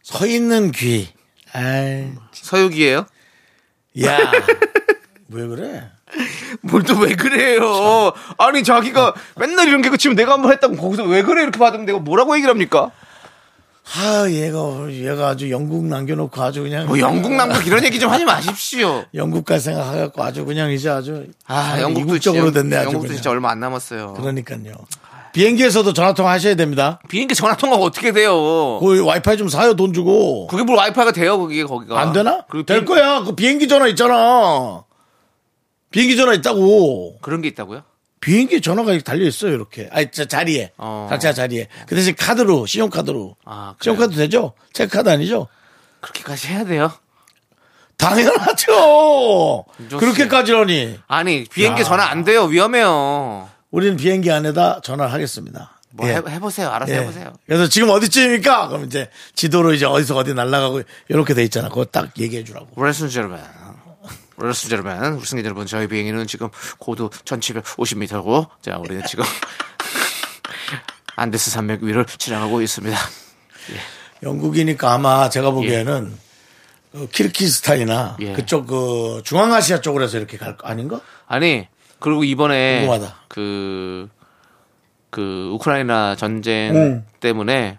[SPEAKER 1] 서 있는 귀. 아이,
[SPEAKER 2] 서유기예요?
[SPEAKER 1] 야. 왜 그래?
[SPEAKER 2] 뭘 또 왜 그래요? 아니 자기가 맨날 이런 게 지금 내가 한 번 했다고 거기서 왜 그래 이렇게 받으면 내가 뭐라고 얘기를 합니까?
[SPEAKER 1] 아, 얘가 얘가 아주 영국 남겨놓고 아주 그냥
[SPEAKER 2] 뭐 영국 남극 이런 얘기 좀 하지 마십시오.
[SPEAKER 1] 영국 갈 생각하고 아주 그냥 이제 아주
[SPEAKER 2] 아
[SPEAKER 1] 아주
[SPEAKER 2] 영국도
[SPEAKER 1] 이국적으로
[SPEAKER 2] 진짜,
[SPEAKER 1] 됐네 아주
[SPEAKER 2] 영국도
[SPEAKER 1] 그냥.
[SPEAKER 2] 진짜 얼마 안 남았어요.
[SPEAKER 1] 그러니까요. 비행기에서도 전화 통화 하셔야 됩니다.
[SPEAKER 2] 비행기 전화 통화가 어떻게 돼요?
[SPEAKER 1] 그 와이파이 좀 사요 돈 주고
[SPEAKER 2] 그게 뭘 와이파이가 돼요 그게 거기가
[SPEAKER 1] 안 되나?
[SPEAKER 2] 그러니까. 그리고
[SPEAKER 1] 될
[SPEAKER 2] 비행-
[SPEAKER 1] 거야. 그 비행기 전화 있잖아. 비행기 전화 있다고.
[SPEAKER 2] 그런 게 있다고요?
[SPEAKER 1] 비행기 전화가 이렇게 달려 있어요, 이렇게. 아니, 자, 자리에.
[SPEAKER 2] 어.
[SPEAKER 1] 각자 자리에. 그 대신 카드로, 신용카드로.
[SPEAKER 2] 아, 그래요?
[SPEAKER 1] 신용카드 되죠? 체크카드 아니죠?
[SPEAKER 2] 그렇게까지 해야 돼요?
[SPEAKER 1] 당연하죠!
[SPEAKER 2] 윤정수 씨.
[SPEAKER 1] 그렇게까지라니.
[SPEAKER 2] 아니 비행기 전화 안 돼요 위험해요.
[SPEAKER 1] 우리는 비행기 안에다 전화를 하겠습니다.
[SPEAKER 2] 뭐
[SPEAKER 1] 예.
[SPEAKER 2] 해, 해보세요 알아서
[SPEAKER 1] 예.
[SPEAKER 2] 해보세요.
[SPEAKER 1] 그래서 지금 어디쯤입니까? 그럼 이제 지도로 이제 어디서 어디 날아가고 이렇게 돼 있잖아. 그거 딱 얘기해 주라고.
[SPEAKER 2] 레슨 여러분. 레슨 여러분, 우리 승객 여러분, 저희 비행기는 지금 고도 1750m고, 자, 우리는 지금 안데스 산맥 위를 지나가고 있습니다.
[SPEAKER 1] 영국이니까 아마 제가 보기에는 그 키르키스탄이나
[SPEAKER 2] 예.
[SPEAKER 1] 그쪽 그 중앙아시아 쪽으로 해서 이렇게 갈 거 아닌가?
[SPEAKER 2] 아니, 그리고 이번에
[SPEAKER 1] 궁금하다.
[SPEAKER 2] 그, 그, 우크라이나 전쟁 때문에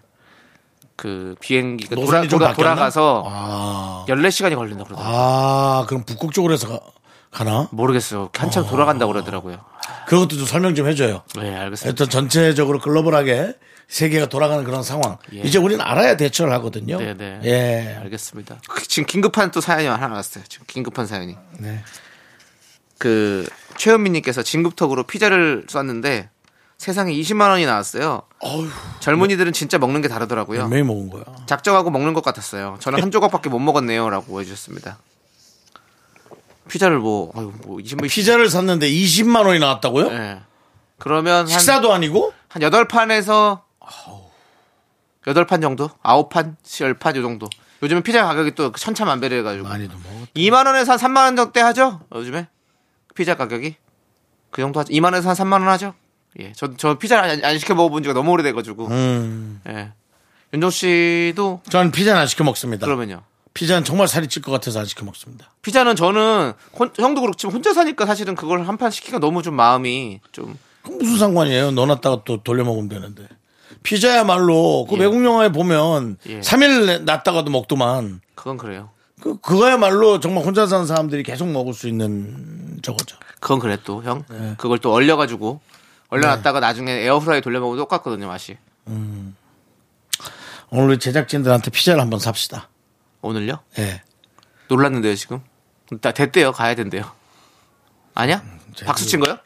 [SPEAKER 2] 그 비행기가
[SPEAKER 1] 음.
[SPEAKER 2] 돌아,
[SPEAKER 1] 노선이 좀
[SPEAKER 2] 돌아,
[SPEAKER 1] 바뀌었나?
[SPEAKER 2] 돌아가서
[SPEAKER 1] 아,
[SPEAKER 2] 14시간이 걸린다 그러더라고요.
[SPEAKER 1] 아 그럼 북극 쪽으로 해서 가, 가나?
[SPEAKER 2] 모르겠어요. 한참 돌아간다고 그러더라고요.
[SPEAKER 1] 그것도 좀 설명 좀 해줘요.
[SPEAKER 2] 네, 알겠습니다.
[SPEAKER 1] 일단 전체적으로 글로벌하게 세계가 돌아가는 그런 상황.
[SPEAKER 2] 예.
[SPEAKER 1] 이제 우리는 알아야 대처를 하거든요.
[SPEAKER 2] 네, 네.
[SPEAKER 1] 예.
[SPEAKER 2] 알겠습니다. 그, 지금 긴급한 또 사연이 하나 왔어요. 지금 긴급한 사연이.
[SPEAKER 1] 네.
[SPEAKER 2] 그 최현민님께서 진급턱으로 피자를 쐈는데 세상에 20만 원이 나왔어요.
[SPEAKER 1] 어휴,
[SPEAKER 2] 젊은이들은 진짜 먹는 게 다르더라고요.
[SPEAKER 1] 몇명이 먹은 거야?
[SPEAKER 2] 작정하고 먹는 것 같았어요. 저는 한 조각밖에 못 먹었네요라고 해주셨습니다. 피자를 뭐, 아유, 뭐 20만
[SPEAKER 1] 피자를 샀는데 20만 원이 나왔다고요?
[SPEAKER 2] 예. 그러면 한
[SPEAKER 1] 식사도 아니고?
[SPEAKER 2] 한 여덟 판에서 여덟 판 정도, 아홉 판, 열 판 요 정도. 요즘은 피자 가격이 또 천차만별이 해가지고
[SPEAKER 1] 많이도 먹었.
[SPEAKER 2] 2만 원에서 한 3만 원 정도 하죠? 요즘에 피자 가격이 그 정도 하죠. 2만 원에서 한 3만 원 하죠? 예, 저 저 피자 안, 안 시켜 먹어본 지가 너무 오래돼가지고.
[SPEAKER 1] 음,
[SPEAKER 2] 예, 윤정 씨도
[SPEAKER 1] 저는 피자는 안 시켜 먹습니다.
[SPEAKER 2] 그러면요.
[SPEAKER 1] 피자는 정말 살이 찔 것 같아서 안 시켜 먹습니다.
[SPEAKER 2] 피자는 저는 혼- 형도 그렇지만 혼자 사니까 사실은 그걸 한 판 시키가 너무 좀 마음이 좀
[SPEAKER 1] 그럼 무슨 상관이에요? 넣어놨다가 또 돌려 먹으면 되는데. 피자야말로 그
[SPEAKER 2] 예.
[SPEAKER 1] 외국 영화에 보면
[SPEAKER 2] 예.
[SPEAKER 1] 3일 놨다가도 먹더만
[SPEAKER 2] 그건 그래요.
[SPEAKER 1] 그, 그거야말로 정말 혼자 사는 사람들이 계속 먹을 수 있는 저거죠.
[SPEAKER 2] 그건 그래 또 형. 그걸 또 얼려가지고 얼려놨다가 나중에 에어프라이 돌려 먹으면 똑같거든요 맛이.
[SPEAKER 1] 오늘 우리 제작진들한테 피자를 한번 삽시다.
[SPEAKER 2] 오늘요?
[SPEAKER 1] 예.
[SPEAKER 2] 놀랐는데요 지금. 나 됐대요 가야 된대요. 아니야? 박수 친 거요?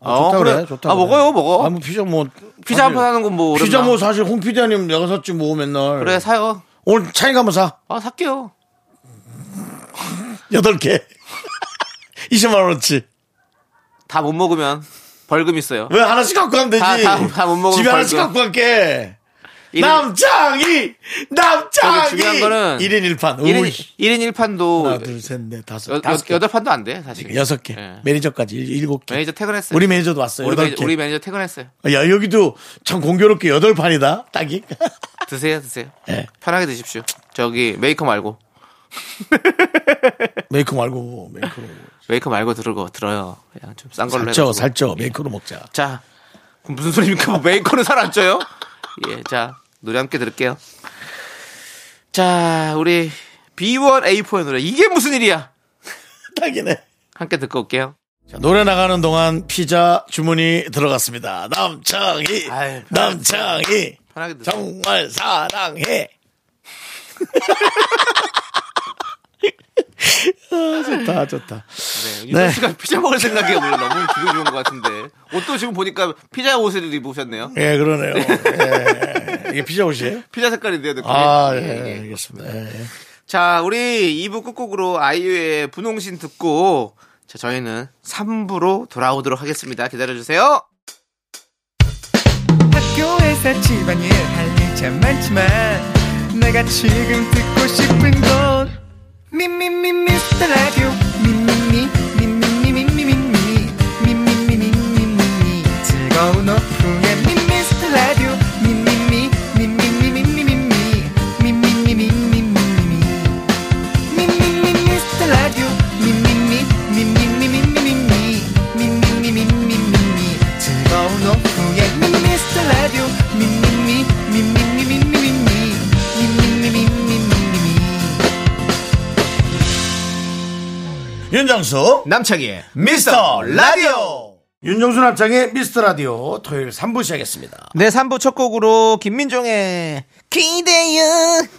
[SPEAKER 1] 음, 아, 좋다 그래, 좋다.
[SPEAKER 2] 아
[SPEAKER 1] 그래.
[SPEAKER 2] 먹어요 먹어.
[SPEAKER 1] 아, 뭐 피자 뭐.
[SPEAKER 2] 피자 한
[SPEAKER 1] 사실-
[SPEAKER 2] 판 하는 건 뭐
[SPEAKER 1] 피자
[SPEAKER 2] 오랜만.
[SPEAKER 1] 뭐 사실 홍 피디님 내가 샀지 뭐 맨날.
[SPEAKER 2] 그래 사요.
[SPEAKER 1] 오늘 차이가 한번 사.
[SPEAKER 2] 아 살게요.
[SPEAKER 1] 여덟 개. 20만 원어치.
[SPEAKER 2] 다 못 먹으면 벌금 있어요.
[SPEAKER 1] 왜 하나씩 갖고 가면 되지?
[SPEAKER 2] 다- 다- 다못 먹으면
[SPEAKER 1] 집에 하나씩
[SPEAKER 2] 벌금.
[SPEAKER 1] 갖고 갈게.
[SPEAKER 2] 일인-
[SPEAKER 1] 남창이! 남창이!
[SPEAKER 2] 저기 중요한 거는
[SPEAKER 1] 1인 1판.
[SPEAKER 2] 1인,
[SPEAKER 1] 오이.
[SPEAKER 2] 일인일판도
[SPEAKER 1] 하나, 둘, 셋, 넷, 다섯.
[SPEAKER 2] 여,
[SPEAKER 1] 다섯 개.
[SPEAKER 2] 덟판도안 돼, 사실.
[SPEAKER 1] 여섯 개.
[SPEAKER 2] 예.
[SPEAKER 1] 매니저까지 일- 일곱 개.
[SPEAKER 2] 매니저 퇴근했어요.
[SPEAKER 1] 우리 매니저도 왔어요.
[SPEAKER 2] 우리,
[SPEAKER 1] 여덟
[SPEAKER 2] 매니저,
[SPEAKER 1] 개. 아,
[SPEAKER 2] 우리 매니저 퇴근했어요.
[SPEAKER 1] 야, 여기도 참 공교롭게 여덟 판이다. 딱이.
[SPEAKER 2] 드세요, 드세요.
[SPEAKER 1] 예.
[SPEAKER 2] 편하게 드십시오. 저기 메이커 말고
[SPEAKER 1] 메이크 말고, 메이크로.
[SPEAKER 2] 메이커 말고 들고 들어요. 그냥 좀 싼 걸로
[SPEAKER 1] 살쪄,
[SPEAKER 2] 해가지고.
[SPEAKER 1] 살쪄. 메이크로 먹자.
[SPEAKER 2] 자, 그럼 무슨 소리입니까? 뭐 메이커는 살 안 쪄요? 예, 자 노래 함께 들을게요. 자, 우리 B1A4의 노래 이게 무슨 일이야?
[SPEAKER 1] 딱이네.
[SPEAKER 2] 함께 듣고 올게요.
[SPEAKER 1] 자, 노래 나가는 동안 피자 주문이 들어갔습니다. 남창이,
[SPEAKER 2] 아유, 편하게
[SPEAKER 1] 남창이,
[SPEAKER 2] 편하게 드세요.
[SPEAKER 1] 정말 사랑해. 아, 좋다, 좋다.
[SPEAKER 2] 네, 윤정 씨가 피자 먹을 생각이 오늘 너무 기분 좋은 것 같은데 옷도 지금 보니까 피자 옷을 입으셨네요.
[SPEAKER 1] 예, 그러네요. 예. 이게 피자 옷이에요?
[SPEAKER 2] 피자 색깔인데요, 느낌이.
[SPEAKER 1] 아, 예,
[SPEAKER 2] 예, 예.
[SPEAKER 1] 알겠습니다. 예, 예.
[SPEAKER 2] 자, 우리 2부 끝곡으로 아이유의 분홍신 듣고 자, 저희는 3부로 돌아오도록 하겠습니다. 기다려주세요.
[SPEAKER 6] 학교에서 집안일 할 일 참 많지만 내가 지금 듣고 싶은 건 미미미 미스터 라디오 미미미 미미미 미미미 미미미 미미미 즐거운 오후에 미스터 라디오 미미미 미미미 미미미 미미미 미미미
[SPEAKER 1] 윤정수,
[SPEAKER 2] 남창희의
[SPEAKER 1] 미스터 라디오! 윤정수 남창의 미스터 라디오 토요일 3부 시작했습니다.
[SPEAKER 2] 네, 3부 첫 곡으로 김민종의 기대요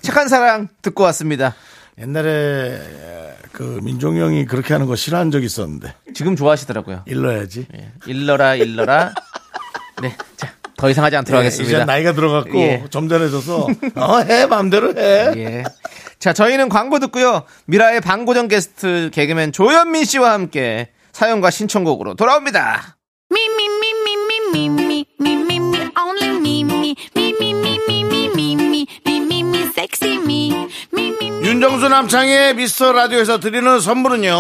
[SPEAKER 2] 착한 사랑 듣고 왔습니다.
[SPEAKER 1] 옛날에 그 민종이 형이 그렇게 하는 거 싫어한 적이 있었는데.
[SPEAKER 2] 지금 좋아하시더라고요.
[SPEAKER 1] 일러야지.
[SPEAKER 2] 예, 일러라 일러라. 네, 자, 더 이상 하지 않도록 하겠습니다.
[SPEAKER 1] 예, 이제 나이가 들어갔고
[SPEAKER 2] 예.
[SPEAKER 1] 점잖해져서 어, 해 마음대로 해.
[SPEAKER 2] 예. 자, 저희는 광고 듣고요. 미라의 방고정 게스트 개그맨 조현민 씨와 함께 사연과 신청곡으로 돌아옵니다.
[SPEAKER 5] Me, me, me, me, me, me, me, me, me, me, only me, me, me, me, me, me, me, me, me, me, me, me, sexy me, me, me, me.
[SPEAKER 1] 윤정수 남창의 미스터 라디오에서 드리는 선물은요.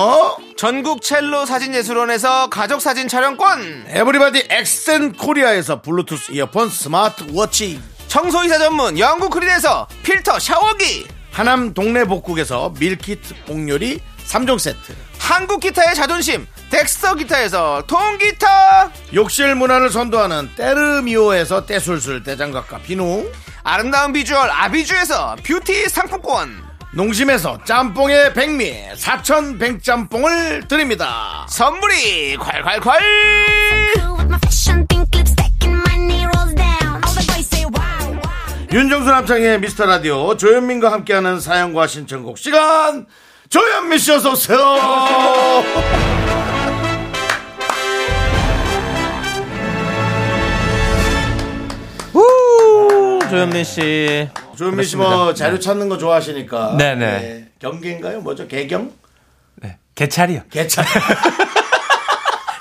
[SPEAKER 2] 전국 첼로 사진예술원에서 가족 사진 촬영권,
[SPEAKER 1] 에브리바디 엑센 코리아에서 블루투스 이어폰 스마트 워치.
[SPEAKER 2] 청소이사 전문 영국 크린에서 필터 샤워기,
[SPEAKER 1] 하남 동네 복국에서 밀키트 복요리 3종 세트.
[SPEAKER 2] 한국 기타의 자존심 덱스터 기타에서 통기타,
[SPEAKER 1] 욕실 문화를 선도하는 때르미오에서 떼술술 대장갑과 비누.
[SPEAKER 2] 아름다운 비주얼 아비주에서 뷰티 상품권
[SPEAKER 1] 농심에서 짬뽕의 백미 사천 백짬뽕을 드립니다.
[SPEAKER 2] 선물이 콸콸콸
[SPEAKER 5] With my fashion pink lipstick and my knee rolls down. All the boys say wow, wow.
[SPEAKER 1] 윤정수 남창의 미스터 라디오 조현민과 함께하는 사연과 신청곡 시간 조현민 씨 어서 오세요.
[SPEAKER 2] 조현민 씨
[SPEAKER 1] 조현민 씨 뭐 자료 찾는 거 좋아하시니까.
[SPEAKER 7] 네.
[SPEAKER 1] 예.
[SPEAKER 7] 네네.
[SPEAKER 1] 경계인가요? 뭐죠? 개경?
[SPEAKER 7] 네. 개찰이요.
[SPEAKER 1] 개찰.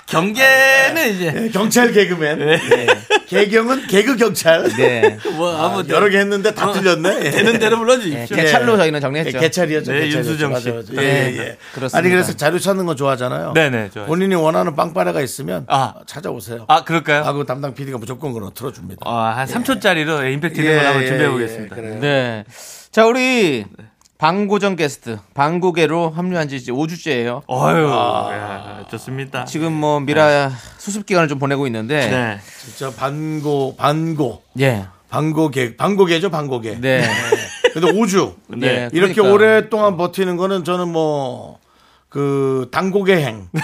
[SPEAKER 7] 경계는 이제
[SPEAKER 1] 네, 경찰 개그맨. 네. 개경은 개그 경찰.
[SPEAKER 2] 네.
[SPEAKER 7] 뭐 아무
[SPEAKER 1] 아, 여러 개 했는데 다 틀렸네. 예.
[SPEAKER 7] 어. 되는 대로 불러주십시오.
[SPEAKER 2] 개찰로
[SPEAKER 1] 예.
[SPEAKER 2] 저희는 정리했죠.
[SPEAKER 1] 예, 개찰이었죠.
[SPEAKER 7] 네,
[SPEAKER 1] 개찰이었죠.
[SPEAKER 7] 윤수정 씨.
[SPEAKER 1] 맞아, 맞아.
[SPEAKER 7] 네,
[SPEAKER 1] 예, 예.
[SPEAKER 2] 그렇습니다.
[SPEAKER 1] 아니 그래서 자료 찾는 거 좋아하잖아요.
[SPEAKER 7] 네, 네, 좋아요.
[SPEAKER 1] 본인이 원하는 빵빠레가 있으면
[SPEAKER 7] 아.
[SPEAKER 1] 찾아오세요.
[SPEAKER 7] 아 그럴까요?
[SPEAKER 1] 하고 담당 PD가 무조건 그걸 틀어줍니다.
[SPEAKER 7] 아, 한 3초짜리로 임팩트 있는 걸
[SPEAKER 1] 예,
[SPEAKER 7] 한번
[SPEAKER 1] 예,
[SPEAKER 7] 준비해
[SPEAKER 1] 예,
[SPEAKER 7] 보겠습니다.
[SPEAKER 1] 그래요.
[SPEAKER 2] 네. 자, 우리 방고정 게스트, 방고계로 합류한 지 이제 5주째예요. 아,
[SPEAKER 7] 어유 야, 좋습니다.
[SPEAKER 2] 지금 뭐 미라 수습 기간을 좀 보내고 있는데
[SPEAKER 7] 네.
[SPEAKER 1] 진짜 반고 반고
[SPEAKER 2] 예.
[SPEAKER 1] 반고개 반고개죠 반고개.
[SPEAKER 2] 네.
[SPEAKER 1] 근데 5주
[SPEAKER 2] 네,
[SPEAKER 1] 이렇게
[SPEAKER 2] 그러니까요.
[SPEAKER 1] 오랫동안 버티는 거는 저는 뭐 그 당고개행
[SPEAKER 2] 네.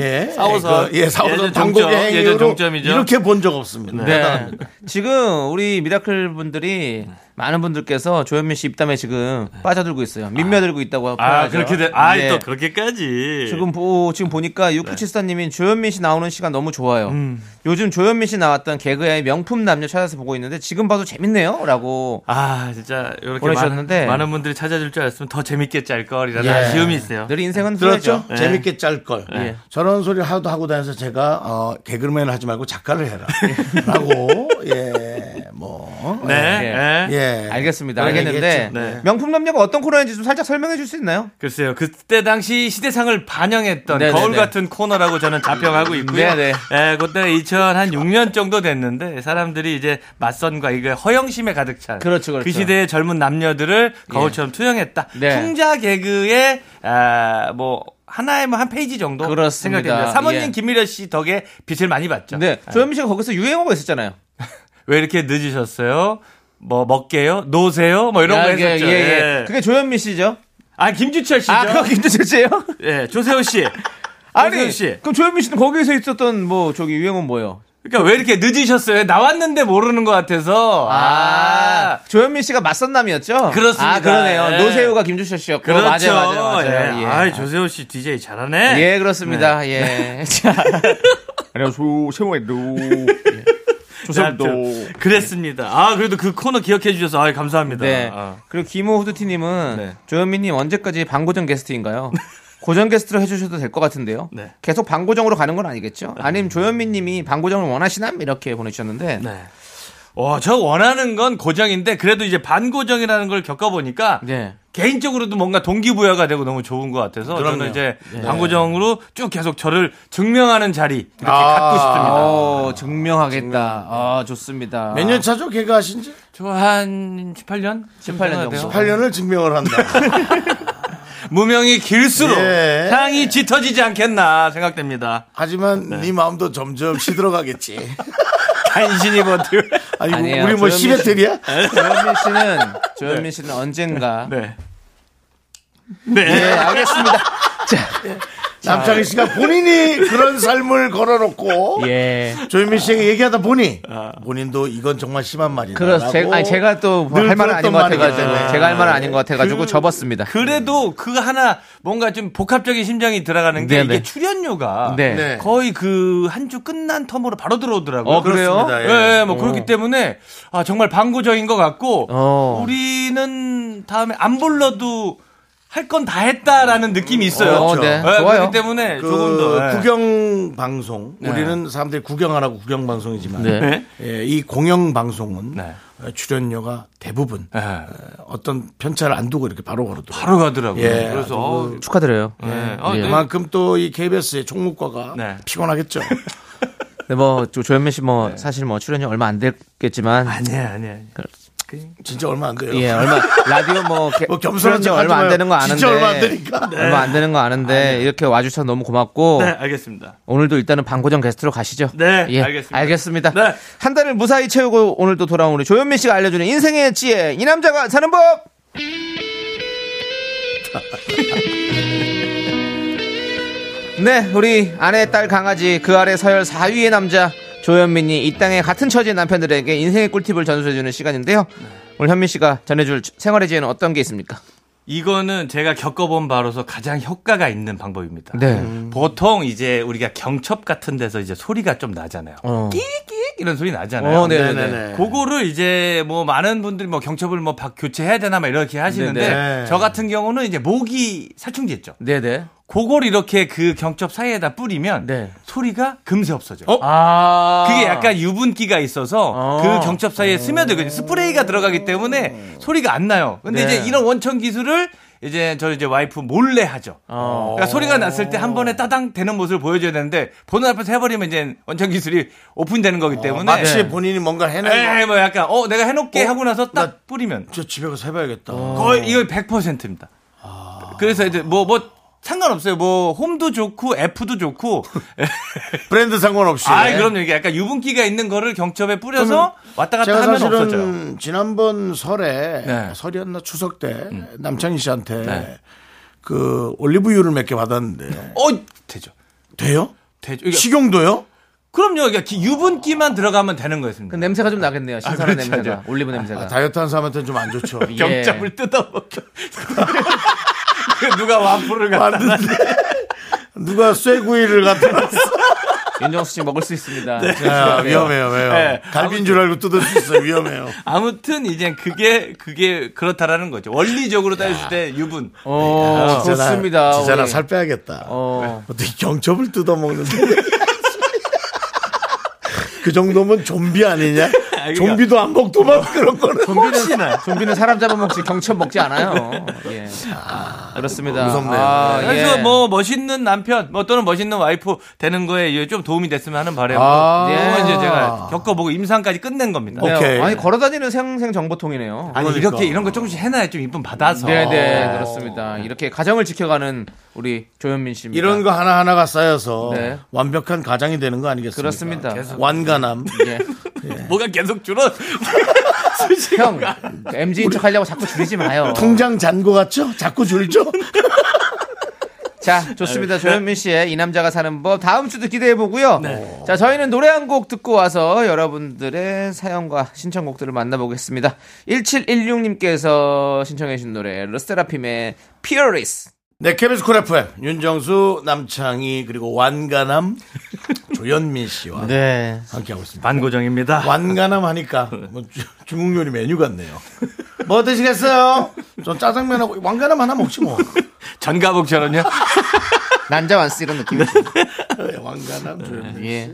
[SPEAKER 1] 예
[SPEAKER 7] 사오선.
[SPEAKER 1] 그, 예 사오선
[SPEAKER 7] 예전 정점, 예전
[SPEAKER 1] 당고개행으로
[SPEAKER 7] 정점이죠.
[SPEAKER 1] 이렇게 본 적 없습니다.
[SPEAKER 2] 네. 지금 우리 미라클 분들이 많은 분들께서 조현민 씨 입담에 지금 빠져들고 있어요. 민며들고 있다고
[SPEAKER 7] 아
[SPEAKER 2] 표현하죠.
[SPEAKER 7] 그렇게 돼. 아또
[SPEAKER 2] 네.
[SPEAKER 7] 그렇게까지.
[SPEAKER 2] 지금 보 지금
[SPEAKER 7] 네.
[SPEAKER 2] 보니까 육구칠사님이 조현민 씨 나오는 시간 너무 좋아요.
[SPEAKER 7] 음.
[SPEAKER 2] 요즘 조현민 씨 나왔던 개그의 명품 남녀 찾아서 보고 있는데 지금 봐도 재밌네요라고.
[SPEAKER 7] 아 진짜 이렇게
[SPEAKER 2] 보내주셨는데.
[SPEAKER 7] 많은, 많은 분들이 찾아줄 줄 알았으면 더 재밌게 짤 걸이라는
[SPEAKER 1] 예.
[SPEAKER 7] 아쉬움이 있어요.
[SPEAKER 2] 늘 인생은
[SPEAKER 1] 들었죠?
[SPEAKER 2] 후회죠.
[SPEAKER 7] 네.
[SPEAKER 1] 재밌게 짤 걸.
[SPEAKER 2] 그렇죠? 예.
[SPEAKER 1] 저런 소리 하도 하고 다녀서 제가 어, 개그맨을 하지 말고 작가를 해라라고 예 뭐.
[SPEAKER 7] 네. 네.
[SPEAKER 1] 예.
[SPEAKER 2] 알겠습니다.
[SPEAKER 1] 그런
[SPEAKER 2] 알겠는데
[SPEAKER 1] 얘기했죠.
[SPEAKER 7] 네.
[SPEAKER 2] 명품 남녀가 어떤 코너인지 좀 살짝 설명해 줄 수 있나요?
[SPEAKER 7] 글쎄요. 그때 당시 시대상을 반영했던
[SPEAKER 2] 네네네.
[SPEAKER 7] 거울 같은 코너라고 저는 자평하고 있고요.
[SPEAKER 2] 네네.
[SPEAKER 7] 예, 그때 2006년 정도 됐는데 사람들이 이제 맞선과 이게 허영심에 가득 찬.
[SPEAKER 2] 그렇죠, 그렇죠.
[SPEAKER 7] 그 시대의 젊은 남녀들을 거울처럼 투영했다.
[SPEAKER 2] 네.
[SPEAKER 7] 풍자 개그의 아, 뭐 하나에 뭐 한 페이지 정도
[SPEAKER 2] 그렇습니다.
[SPEAKER 7] 생각됩니다. 사모님
[SPEAKER 2] 예.
[SPEAKER 7] 김미려 씨 덕에 빛을 많이 봤죠.
[SPEAKER 2] 네. 조현민 씨가 거기서 유행어가 있었잖아요.
[SPEAKER 7] 왜 이렇게 늦으셨어요? 뭐 먹게요? 노세요? 뭐 이런
[SPEAKER 2] 야,
[SPEAKER 7] 거
[SPEAKER 2] 이게,
[SPEAKER 7] 했었죠.
[SPEAKER 2] 예, 예.
[SPEAKER 7] 예.
[SPEAKER 2] 그게 조현민 씨죠?
[SPEAKER 7] 아 김주철 씨죠.
[SPEAKER 2] 아, 그거 김대철 씨예요?
[SPEAKER 7] 예, 조세호 씨.
[SPEAKER 2] 아니,
[SPEAKER 7] 조세호 씨.
[SPEAKER 2] 그럼 조현민 씨는 거기에서 있었던 뭐 저기 유행어는 뭐예요?
[SPEAKER 7] 그러니까 왜 이렇게 늦으셨어요? 나왔는데 모르는 것 같아서. 아.
[SPEAKER 2] 조현민 씨가 맞선남이었죠?
[SPEAKER 7] 그렇습니다.
[SPEAKER 2] 아, 그러네요.
[SPEAKER 7] 예.
[SPEAKER 2] 노세우가 김주철 씨였고.
[SPEAKER 7] 그렇죠.
[SPEAKER 2] 어, 맞아요, 맞아요, 맞아요.
[SPEAKER 7] 예.
[SPEAKER 2] 예.
[SPEAKER 7] 아이, 조세호 씨 DJ 잘하네.
[SPEAKER 2] 예, 그렇습니다. 예. 자. 안녕하세요. 세호에도.
[SPEAKER 7] 조세호도. 그랬습니다. 아, 그래도 그 코너 기억해 주셔서 아이, 감사합니다.
[SPEAKER 2] 네.
[SPEAKER 7] 아.
[SPEAKER 2] 그리고 김호 후드티님은
[SPEAKER 7] 네.
[SPEAKER 2] 조현민님 언제까지 방고정 게스트인가요? 고정 게스트로 해주셔도 될 것 같은데요.
[SPEAKER 7] 네.
[SPEAKER 2] 계속 방고정으로 가는 건 아니겠죠? 아니면 조현민님이 방고정을 원하시남 이렇게 보내주셨는데
[SPEAKER 7] 네. 어, 저 원하는 건 고정인데 그래도 이제 반고정이라는 걸 겪어보니까
[SPEAKER 2] 네.
[SPEAKER 7] 개인적으로도 뭔가 동기부여가 되고 너무 좋은 것 같아서
[SPEAKER 1] 그럼요.
[SPEAKER 7] 저는 이제 반고정으로 쭉 계속 저를 증명하는 자리 이렇게 갖고 싶습니다.
[SPEAKER 2] 어, 증명하겠다. 아, 좋습니다.
[SPEAKER 1] 몇 년 차죠? 개그 하신지?
[SPEAKER 7] 저 한 18년?
[SPEAKER 2] 18년 정도.
[SPEAKER 1] 8년을 증명을 한다.
[SPEAKER 7] 무명이 길수록
[SPEAKER 1] 예.
[SPEAKER 7] 향이 짙어지지 않겠나 생각됩니다.
[SPEAKER 1] 하지만 네 마음도 점점 시들어가겠지.
[SPEAKER 7] 간신히 버텨.
[SPEAKER 1] 아니
[SPEAKER 2] 아니에요.
[SPEAKER 1] 우리 뭐
[SPEAKER 2] 조현민
[SPEAKER 1] 시베테리야?
[SPEAKER 2] 조현민 씨는 조현민 씨는 언젠가
[SPEAKER 7] 네.
[SPEAKER 1] 네, 알겠습니다. 자, 남창희 씨가 본인이 그런 삶을 걸어놓고
[SPEAKER 2] 예. 아.
[SPEAKER 1] 조현민 씨에게 얘기하다 보니 본인도 이건 정말 심한 말이다.
[SPEAKER 2] 그래서 제, 그렇죠. 아니 제가 또뭐 할 말은 아닌 것 같아가지고 제가 할 말은 아닌 것 같아가지고 접었습니다.
[SPEAKER 7] 그 그래도 그거 하나 뭔가 좀 복합적인 심장이 들어가는 게
[SPEAKER 2] 네,
[SPEAKER 7] 이게
[SPEAKER 2] 네.
[SPEAKER 7] 출연료가
[SPEAKER 2] 네.
[SPEAKER 1] 네.
[SPEAKER 7] 거의 그 한 주 끝난 텀으로 바로 들어오더라고요.
[SPEAKER 2] 어, 그래요?
[SPEAKER 7] 예,
[SPEAKER 1] 그렇습니다. 예.
[SPEAKER 7] 예, 뭐 그렇기 때문에 아, 정말 방고적인 것 같고
[SPEAKER 2] 어.
[SPEAKER 7] 우리는 다음에 안 불러도 할 건 다 했다라는 느낌이 있어요. 그렇죠. 예,
[SPEAKER 2] 어, 네. 좋아요.
[SPEAKER 7] 그렇기 때문에
[SPEAKER 1] 그
[SPEAKER 7] 조금 더 예.
[SPEAKER 1] 구경 방송 우리는 사람들이 구경하라고 구경 방송이지만
[SPEAKER 2] 네.
[SPEAKER 7] 네.
[SPEAKER 1] 예, 이 공영 방송은
[SPEAKER 7] 네.
[SPEAKER 1] 어, 출연료가 대부분
[SPEAKER 7] 예.
[SPEAKER 1] 어떤 편차를 안 두고 이렇게 바로 걸어도
[SPEAKER 7] 바로 가더라고요.
[SPEAKER 1] 예,
[SPEAKER 7] 그래서 어,
[SPEAKER 2] 축하드려요.
[SPEAKER 7] 예. 아,
[SPEAKER 2] 예.
[SPEAKER 7] 네.
[SPEAKER 1] 그만큼 또 이 KBS의 총무과가
[SPEAKER 7] 네.
[SPEAKER 1] 피곤하겠죠.
[SPEAKER 2] 근데 뭐 조- 조현민 씨 뭐 사실 뭐 출연료 얼마 안 됐겠지만
[SPEAKER 7] 아니야, 아니야. 아니야.
[SPEAKER 1] 진짜 얼마 안 돼요. 네,
[SPEAKER 2] 예, 얼마 라디오 뭐, 게-
[SPEAKER 1] 뭐 겸손한
[SPEAKER 2] 그런
[SPEAKER 1] 척
[SPEAKER 2] 거
[SPEAKER 1] 하지
[SPEAKER 2] 얼마 안
[SPEAKER 1] 마요.
[SPEAKER 2] 되는 거 아는데
[SPEAKER 1] 진짜 얼마 안 되니까. 네.
[SPEAKER 2] 얼마 안 되는 거 아는데 이렇게 와주셔서 너무 고맙고
[SPEAKER 7] 네, 알겠습니다.
[SPEAKER 2] 오늘도 일단은 방고정 게스트로 가시죠.
[SPEAKER 7] 네,
[SPEAKER 2] 예,
[SPEAKER 7] 알겠습니다.
[SPEAKER 2] 알겠습니다.
[SPEAKER 7] 네.
[SPEAKER 2] 한 달을 무사히 채우고 오늘도 돌아온 우리 조현민 씨가 알려주는 인생의 지혜 이 남자가 사는 법. 네, 우리 아내, 딸, 강아지 그 아래 서열 4위의 남자 조현민이 이 땅의 같은 처지의 남편들에게 인생의 꿀팁을 전수해주는 시간인데요. 오늘 현민 씨가 전해줄 생활의 지혜는 어떤 게 있습니까?
[SPEAKER 7] 이거는 제가 겪어본 바로서 가장 효과가 있는 방법입니다.
[SPEAKER 2] 네.
[SPEAKER 7] 보통 이제 우리가 경첩 같은 데서 이제 소리가 좀 나잖아요.
[SPEAKER 2] 어.
[SPEAKER 7] 끼익끼익 이런 소리 나잖아요.
[SPEAKER 2] 어, 네네네.
[SPEAKER 1] 네네네.
[SPEAKER 7] 그거를 이제 뭐 많은 분들이 뭐 경첩을 뭐 바- 교체해야 되나 막 이렇게 하시는데
[SPEAKER 1] 네네.
[SPEAKER 7] 저 같은 경우는 이제 모기 살충제 있죠.
[SPEAKER 2] 네네.
[SPEAKER 7] 그걸 이렇게 그 경첩 사이에다 뿌리면
[SPEAKER 2] 네.
[SPEAKER 7] 소리가 금세 없어져요.
[SPEAKER 2] 아.
[SPEAKER 7] 그게 약간 유분기가 있어서
[SPEAKER 2] 어.
[SPEAKER 7] 그 경첩 사이에 스며들거든요. 스프레이가 들어가기 때문에 소리가 안 나요. 근데
[SPEAKER 2] 네.
[SPEAKER 7] 이제 이런 원천 기술을 이제 저 이제 와이프 몰래 하죠.
[SPEAKER 2] 어.
[SPEAKER 7] 그러니까 소리가 났을 때 한 번에 따당 되는 모습을 보여줘야 되는데 보는 앞에서 해버리면 이제 원천 기술이 오픈되는 거기 때문에
[SPEAKER 1] 마치
[SPEAKER 7] 네.
[SPEAKER 1] 본인이 뭔가 해낸
[SPEAKER 7] 에이, 뭐 약간 어 내가 해놓게
[SPEAKER 1] 어?
[SPEAKER 7] 하고 나서 딱
[SPEAKER 1] 나-
[SPEAKER 7] 뿌리면
[SPEAKER 1] 저 집에 가서 해봐야겠다. 어.
[SPEAKER 7] 거의 이거 100%입니다. 그래서 이제 뭐 뭐 상관없어요. 뭐 홈도 좋고 F도 좋고
[SPEAKER 1] 브랜드 상관없이. 네.
[SPEAKER 7] 아, 그럼요. 이게 약간 유분기가 있는 거를 경첩에 뿌려서 왔다 갔다
[SPEAKER 1] 제가
[SPEAKER 7] 하면
[SPEAKER 1] 사실은
[SPEAKER 7] 없어져요.
[SPEAKER 1] 지난번 설에
[SPEAKER 7] 네.
[SPEAKER 1] 설이었나 추석 때 남창희 씨한테 그 올리브유를 몇 개 받았는데
[SPEAKER 7] 어, 되죠.
[SPEAKER 1] 돼요?
[SPEAKER 7] 되죠. 이게-
[SPEAKER 1] 식용도요?
[SPEAKER 7] 그럼요. 이게 기- 유분기만 들어가면 되는 거였습니다.
[SPEAKER 2] 그 냄새가 좀 나겠네요. 신선한
[SPEAKER 7] 그렇죠,
[SPEAKER 2] 냄새가.
[SPEAKER 7] 그렇죠.
[SPEAKER 2] 올리브
[SPEAKER 1] 아,
[SPEAKER 2] 냄새가.
[SPEAKER 1] 다이어트한 사람한테는 좀 안 좋죠.
[SPEAKER 7] 경첩을 뜯어먹혀. 누가 와플을 갖다
[SPEAKER 1] 맞는데 누가 쇠구이를 갖다 놨어?
[SPEAKER 2] 윤정수 씨 먹을 수 있습니다. 네.
[SPEAKER 1] 아, 위험해요, 위험해요.
[SPEAKER 7] 네.
[SPEAKER 1] 갈비인 줄 알고 뜯을 수 있어요. 위험해요.
[SPEAKER 7] 아무튼 이제 그게 그게 그렇다라는 거죠. 원리적으로 따졌을 때 유분.
[SPEAKER 2] 어,
[SPEAKER 1] 아, 진짜 나-
[SPEAKER 2] 좋습니다.
[SPEAKER 1] 진짜
[SPEAKER 2] 우리.
[SPEAKER 1] 나 살 네. 빼야겠다.
[SPEAKER 2] 어.
[SPEAKER 1] 어떻게 경첩을 뜯어먹는데. 그 정도면 좀비 아니냐? 좀비도 안 먹더만 그런 거는.
[SPEAKER 2] 좀비는, 좀비는 사람 잡아먹지 경첩 먹지 않아요. 예. 그렇습니다.
[SPEAKER 1] 무섭네요.
[SPEAKER 2] 아, 예.
[SPEAKER 7] 그래서 뭐 멋있는 남편, 뭐 또는 멋있는 와이프 되는 거에 이제 좀 도움이 됐으면 하는 바람으로
[SPEAKER 1] 아. 어,
[SPEAKER 7] 이거 이제 제가 겪어보고 임상까지 끝낸 겁니다.
[SPEAKER 2] 네,
[SPEAKER 1] 오케이.
[SPEAKER 2] 아니, 걸어다니는 생생 정보통이네요.
[SPEAKER 7] 아니
[SPEAKER 1] 그러니까.
[SPEAKER 7] 이렇게 이런 거 조금씩 해놔야 좀 이쁨 받아서.
[SPEAKER 2] 네, 네, 그렇습니다. 이렇게 가정을 지켜가는 우리 조현민 씨입니다.
[SPEAKER 1] 이런 거 하나하나가 쌓여서
[SPEAKER 2] 네.
[SPEAKER 1] 완벽한 가장이 되는 거 아니겠습니까?
[SPEAKER 2] 그렇습니다. 계속.
[SPEAKER 1] 완가남.
[SPEAKER 2] 예.
[SPEAKER 7] 뭐가 계속 줄어.
[SPEAKER 2] 형, MG인 척 하려고 자꾸 줄이지 마요.
[SPEAKER 1] 통장 잔고 같죠? 자꾸 줄죠?
[SPEAKER 2] 자,
[SPEAKER 1] 네.
[SPEAKER 2] 좋습니다. 조현민 씨의 이 남자가 사는 법 다음 주도 기대해 보고요.
[SPEAKER 1] 네.
[SPEAKER 2] 자, 저희는 노래 한 곡 듣고 와서 여러분들의 사연과 신청곡들을 만나보겠습니다. 1716님께서 신청해 주신 노래 르세라핌의 Purist.
[SPEAKER 1] 네, 케빈스 쿨 FM. 윤정수, 남창희, 그리고 완가남, 조현민 씨와
[SPEAKER 2] 네.
[SPEAKER 1] 함께하고 있습니다.
[SPEAKER 7] 반고정입니다.
[SPEAKER 1] 완가남 하니까 뭐 주- 중국 요리 메뉴 같네요. 뭐 드시겠어요? 전 짜장면하고 완가남 하나 먹지 뭐.
[SPEAKER 7] 전가복처럼요.
[SPEAKER 2] 난자 완스 이런 느낌이죠.
[SPEAKER 1] 네, 완가남 조현민.
[SPEAKER 2] 예.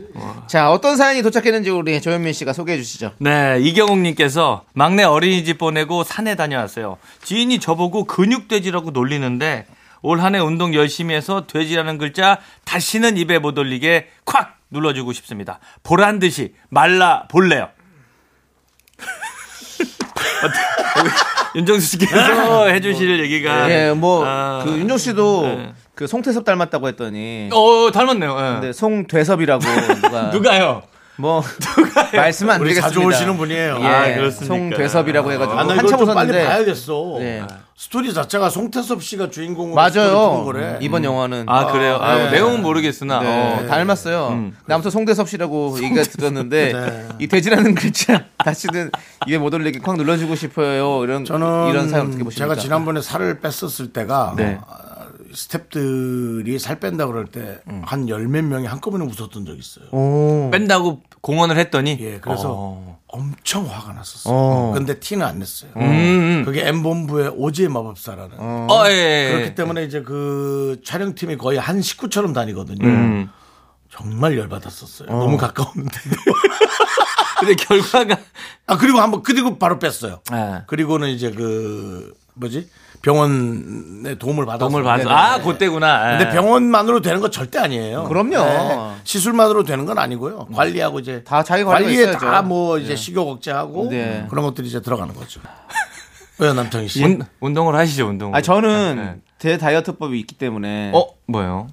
[SPEAKER 2] 자, 어떤 사연이 도착했는지 우리 조현민 씨가 소개해 주시죠.
[SPEAKER 7] 네, 이경욱님께서 막내 어린이집 보내고 산에 다녀왔어요. 지인이 저보고 근육돼지라고 놀리는데 올 한 해 운동 열심히 해서 돼지라는 글자 다시는 입에 못 올리게 콱 눌러주고 싶습니다. 보란 듯이 말라 볼래요. 윤정수 씨께서 해주실 얘기가
[SPEAKER 1] 네.
[SPEAKER 2] 예, 뭐,
[SPEAKER 7] 아,
[SPEAKER 2] 그 윤종 씨도 그 송태섭 닮았다고 했더니.
[SPEAKER 7] 어 닮았네요. 예.
[SPEAKER 2] 근데 송대섭이라고 누가.
[SPEAKER 7] 누가요?
[SPEAKER 2] 뭐 말씀은 안
[SPEAKER 1] 우리
[SPEAKER 2] 드리겠습니다.
[SPEAKER 1] 자주 오시는 분이에요.
[SPEAKER 2] 예,
[SPEAKER 7] 아, 그렇습니까?
[SPEAKER 2] 송대섭이라고 해가지고
[SPEAKER 1] 아, 나 이거
[SPEAKER 2] 한참
[SPEAKER 1] 좀 빨리 아,
[SPEAKER 2] 웃었는데
[SPEAKER 1] 봐야겠어.
[SPEAKER 2] 네.
[SPEAKER 1] 스토리 자체가 송태섭 씨가 주인공으로
[SPEAKER 2] 맞아요.
[SPEAKER 1] 스토리 푼 거래. 음.
[SPEAKER 2] 이번 영화는
[SPEAKER 7] 아 그래요. 아, 내용은 모르겠으나
[SPEAKER 2] 네,
[SPEAKER 7] 어,
[SPEAKER 2] 닮았어요.
[SPEAKER 1] 음.
[SPEAKER 2] 나부터 송대섭 씨라고 얘기가 들었는데
[SPEAKER 1] 네.
[SPEAKER 2] 이 돼지라는 글자 다시는 입에 못 올리게 콱 눌러주고 싶어요. 이런
[SPEAKER 1] 저는
[SPEAKER 2] 이런 사연 어떻게
[SPEAKER 1] 제가
[SPEAKER 2] 보십니까?
[SPEAKER 1] 지난번에 살을 뺐었을 때가 어,
[SPEAKER 2] 네.
[SPEAKER 1] 스태프들이살 뺀다 그럴 때
[SPEAKER 2] 음.
[SPEAKER 1] 한 열 몇 명이 한꺼번에 웃었던 적이 있어요.
[SPEAKER 7] 뺀다고 공언을 했더니
[SPEAKER 1] 예, 그래서 엄청 화가 났었어요.
[SPEAKER 2] 어.
[SPEAKER 1] 근데 티는 안 냈어요.
[SPEAKER 7] 음.
[SPEAKER 1] 그게 엠본부의 오지의 마법사라는.
[SPEAKER 7] 어, 예, 예.
[SPEAKER 1] 그렇기 때문에 이제 그 촬영팀이 거의 한 식구처럼 다니거든요.
[SPEAKER 7] 음.
[SPEAKER 1] 정말 열받았었어요. 너무 가까웠는데.
[SPEAKER 7] 근데 결과가
[SPEAKER 1] 아, 그리고 한번, 그리고 바로 뺐어요.
[SPEAKER 2] 예.
[SPEAKER 7] 네.
[SPEAKER 1] 그리고는 이제 그 뭐지 병원의 도움을 받아서
[SPEAKER 7] 도움을 받아.
[SPEAKER 1] 네네.
[SPEAKER 7] 아, 그때구나. 예.
[SPEAKER 1] 근데 병원만으로 되는 건 절대 아니에요. 네.
[SPEAKER 2] 그럼요.
[SPEAKER 1] 시술만으로 되는 건 아니고요. 관리하고 이제
[SPEAKER 2] 다 자기 관리가
[SPEAKER 1] 관리에
[SPEAKER 2] 있어야죠.
[SPEAKER 1] 다 뭐 이제 식욕 억제하고
[SPEAKER 2] 네.
[SPEAKER 1] 그런 것들이 이제 들어가는 거죠. 왜요 남창희 씨?
[SPEAKER 7] 운, 운동을 하시죠, 운동을.
[SPEAKER 2] 아 저는
[SPEAKER 7] 네.
[SPEAKER 2] 제 다이어트법이 있기 때문에
[SPEAKER 7] 어, 뭐예요?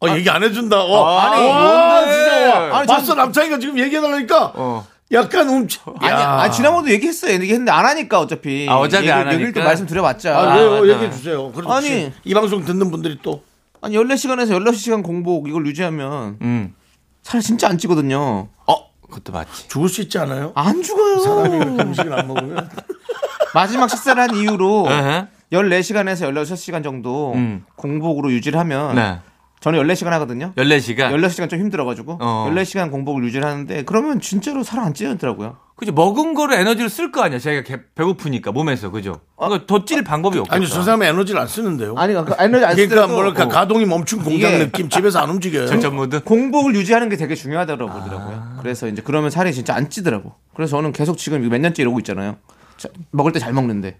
[SPEAKER 1] 어 얘기 안 해준다. 어.
[SPEAKER 2] 아. 아니,
[SPEAKER 7] 네.
[SPEAKER 1] 와,
[SPEAKER 2] 뭔데?
[SPEAKER 1] 진짜 와.
[SPEAKER 2] 아니,
[SPEAKER 1] 봤어 남창희가 지금 얘기해달라니까
[SPEAKER 7] 어.
[SPEAKER 1] 약간 예, 움찔.
[SPEAKER 2] 아니, 아 지난번에도 얘기했어요. 얘기했는데 안 하니까 어차피.
[SPEAKER 7] 아, 어차피
[SPEAKER 2] 얘기를-
[SPEAKER 7] 안 하니까?
[SPEAKER 2] 얘기를 또 말씀드려봤자.
[SPEAKER 1] 아,
[SPEAKER 7] 아,
[SPEAKER 1] 왜요?
[SPEAKER 7] 맞아.
[SPEAKER 1] 얘기해 주세요. 그래도
[SPEAKER 2] 아니.
[SPEAKER 1] 혹시 이 방송 듣는 분들이 또
[SPEAKER 2] 아니 14시간에서 16시간 공복 이걸 유지하면
[SPEAKER 7] 음.
[SPEAKER 2] 살 진짜 안 찌거든요.
[SPEAKER 7] 어, 그것도 맞지.
[SPEAKER 1] 죽을 수 있지 않아요?
[SPEAKER 2] 안 죽어요.
[SPEAKER 1] 사람이 그렇게 음식을 안 먹으면
[SPEAKER 2] 마지막 식사를 한 이후로
[SPEAKER 7] 에헤.
[SPEAKER 2] 14시간에서 16시간 정도
[SPEAKER 7] 음.
[SPEAKER 2] 공복으로 유지를 하면
[SPEAKER 7] 네.
[SPEAKER 2] 저는 14시간 하거든요.
[SPEAKER 7] 14시간.
[SPEAKER 2] 16시간 좀 힘들어가지고
[SPEAKER 7] 어.
[SPEAKER 2] 14시간 공복을 유지를 하는데 그러면 진짜로 살 안 찌더라고요.
[SPEAKER 7] 그죠 먹은 거로 에너지를 쓸 거 아니야. 자기가 개- 배고프니까 몸에서 그죠. 그러니까 더 찔 방법이 없겠다.
[SPEAKER 1] 아니 저 사람이 에너지를 안 쓰는데요.
[SPEAKER 2] 아니 그 에너지 안
[SPEAKER 1] 그러니까
[SPEAKER 2] 쓰더라도
[SPEAKER 1] 뭐랄까 가동이 멈춘 공장
[SPEAKER 2] 이게-
[SPEAKER 1] 느낌 집에서 안 움직여요.
[SPEAKER 7] 절전 모드.
[SPEAKER 2] 공복을 유지하는 게 되게 중요하다고 그러더라고요. 그래서 이제 그러면 살이 진짜 안 찌더라고. 그래서 저는 계속 지금 이거 몇 년째 이러고 있잖아요. 자, 먹을 때 잘 먹는데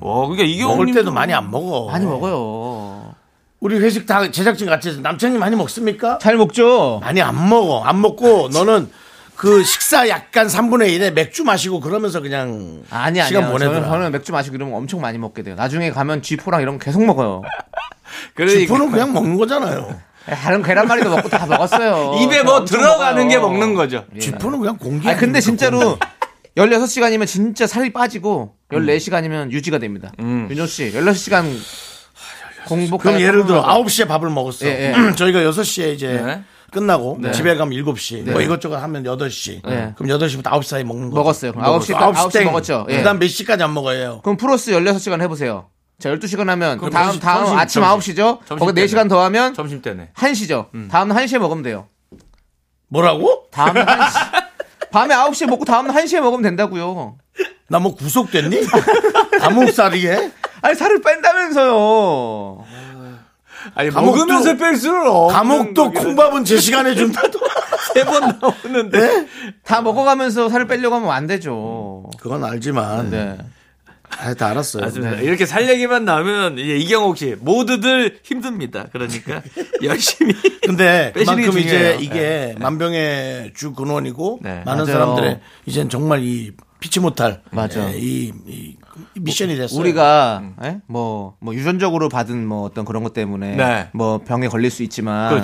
[SPEAKER 7] 와, 그러니까 이게
[SPEAKER 1] 먹을 때도 많이 안 먹어.
[SPEAKER 2] 많이 먹어요.
[SPEAKER 1] 우리 회식 다 제작진 같이 해서 남편이 많이 먹습니까?
[SPEAKER 2] 잘 먹죠.
[SPEAKER 1] 많이 안 먹어. 안 먹고 너는 그 식사 약간 3분의 1에 맥주 마시고 그러면서 그냥
[SPEAKER 2] 아니 아니
[SPEAKER 1] 시간
[SPEAKER 2] 저는,
[SPEAKER 1] 보내더라.
[SPEAKER 2] 저는 맥주 마시고 이러면 엄청 많이 먹게 돼요. 나중에 가면 G4랑 이런 거 계속 먹어요.
[SPEAKER 7] 그러니까
[SPEAKER 1] 주포는 그냥 먹는 거잖아요.
[SPEAKER 2] 예, 다른 계란말이도 먹고 다 먹었어요.
[SPEAKER 7] 입에 뭐
[SPEAKER 2] 엄청
[SPEAKER 7] 들어가는
[SPEAKER 2] 먹어요.
[SPEAKER 7] 게 먹는 거죠.
[SPEAKER 1] 주포는 그냥 공기.
[SPEAKER 2] 예. 아 근데
[SPEAKER 1] 아닙니까?
[SPEAKER 2] 진짜로 16시간이면 진짜 살이 빠지고 14시간이면 유지가 됩니다. 윤정 씨 16시간 공복
[SPEAKER 7] 아,
[SPEAKER 1] 그럼 예를 들어 9시에 밥을 먹었어. 음,
[SPEAKER 2] 예,
[SPEAKER 1] 저희가 6시에 이제
[SPEAKER 7] 네.
[SPEAKER 1] 끝나고 집에 가면 7시. 뭐
[SPEAKER 2] 네.
[SPEAKER 1] 이것저것 하면 8시.
[SPEAKER 2] 네.
[SPEAKER 1] 그럼 8시부터 9시 사이 먹는 거.
[SPEAKER 2] 먹었어요. 그럼 9시, 9시 먹었죠. 예.
[SPEAKER 1] 그다음 몇 시까지 안 먹어요.
[SPEAKER 2] 그럼 플러스 16시간 해보세요. 자, 12시간 하면
[SPEAKER 7] 그럼
[SPEAKER 2] 다음,
[SPEAKER 7] 점심,
[SPEAKER 2] 다음
[SPEAKER 7] 점심,
[SPEAKER 2] 아침
[SPEAKER 7] 점심.
[SPEAKER 2] 9시죠?
[SPEAKER 7] 점심
[SPEAKER 2] 거기
[SPEAKER 7] 때네.
[SPEAKER 2] 4시간 더 하면
[SPEAKER 7] 점심 때네.
[SPEAKER 2] 1시죠? 다음 날 1시에 먹으면 돼요.
[SPEAKER 1] 뭐라고?
[SPEAKER 2] 다음 날 1시. 밤에 9시에 먹고 다음 날 1시에 먹으면 된다고요.
[SPEAKER 1] 나 뭐 구속됐니? 감옥살이에?
[SPEAKER 2] 아니, 살을 뺀다면서요.
[SPEAKER 7] 아니
[SPEAKER 1] 감옥도-
[SPEAKER 7] 먹으면서 뺄 수는 없.
[SPEAKER 1] 감옥도 콩밥은 제 시간에 예? 준다도.
[SPEAKER 7] 세번 나오는데.
[SPEAKER 2] 다 먹어가면서 살을 빼려고 하면 안 되죠.
[SPEAKER 1] 그건 알지만.
[SPEAKER 7] 음.
[SPEAKER 2] 네.
[SPEAKER 1] 아, 다 알았어요.
[SPEAKER 7] 맞습니다. 이렇게 살 얘기만 나오면 이제 이경옥 씨 모두들 힘듭니다. 그러니까 열심히.
[SPEAKER 1] 근데
[SPEAKER 7] 빼시는 게
[SPEAKER 1] 그만큼 이제
[SPEAKER 7] 중요해요.
[SPEAKER 1] 이게 만병의 주 근원이고
[SPEAKER 7] 네.
[SPEAKER 1] 많은
[SPEAKER 2] 네. 맞아요.
[SPEAKER 1] 사람들의 이젠 정말 이 피치 못할
[SPEAKER 2] 맞아.
[SPEAKER 1] 예, 이, 이 미션이 됐어요.
[SPEAKER 2] 우리가
[SPEAKER 7] 음.
[SPEAKER 2] 예? 뭐, 뭐 유전적으로 받은 뭐 어떤 그런 것 때문에
[SPEAKER 7] 네. 그렇죠.
[SPEAKER 2] 뭐 병에 걸릴 수 있지만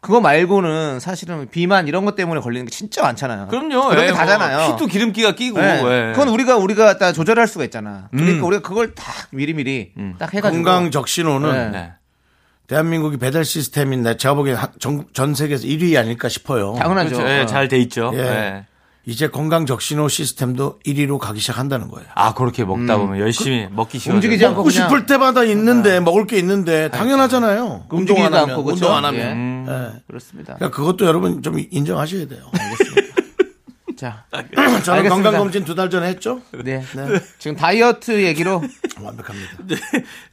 [SPEAKER 2] 그거 말고는 사실은 비만 이런 것 때문에 걸리는 게 진짜 많잖아요.
[SPEAKER 7] 그럼요.
[SPEAKER 2] 그렇게
[SPEAKER 7] 예, 뭐
[SPEAKER 2] 다잖아요.
[SPEAKER 7] 피도 기름기가 끼고.
[SPEAKER 2] 예.
[SPEAKER 7] 예.
[SPEAKER 2] 그건 우리가 우리가 다 조절할 수가 있잖아. 그러니까 우리가 그걸 다 미리미리 딱 해가지고 예.
[SPEAKER 1] 건강 적신호는
[SPEAKER 7] 네.
[SPEAKER 1] 대한민국이 배달 시스템인데 제가 보기엔 하- 전, 전 세계에서 1위 아닐까 싶어요.
[SPEAKER 2] 당연하죠.
[SPEAKER 7] 그렇죠. 예, 잘 돼 있죠.
[SPEAKER 1] 예.
[SPEAKER 7] 예.
[SPEAKER 1] 이제 건강 적신호 시스템도 1위로 가기 시작한다는 거예요.
[SPEAKER 7] 아 그렇게 먹다 보면 열심히 먹기 싫어.
[SPEAKER 2] 음. 그 움직이지 않고
[SPEAKER 1] 먹고
[SPEAKER 2] 그냥-
[SPEAKER 1] 싶을 때마다 있는데 먹을 게 있는데 당연하잖아요. 운동 안
[SPEAKER 2] 움직이지도
[SPEAKER 1] 하면
[SPEAKER 2] 않고 그렇죠.
[SPEAKER 1] 운동 안 하면.
[SPEAKER 2] 예.
[SPEAKER 1] 예.
[SPEAKER 2] 그렇습니다.
[SPEAKER 1] 그러니까 그것도 여러분 좀 인정하셔야 돼요.
[SPEAKER 2] 자,
[SPEAKER 1] 저는
[SPEAKER 2] 알겠습니다.
[SPEAKER 1] 건강 검진 두 달 전에 했죠.
[SPEAKER 2] 그 아, 네. 지금 다이어트 얘기로
[SPEAKER 1] 완벽합니다.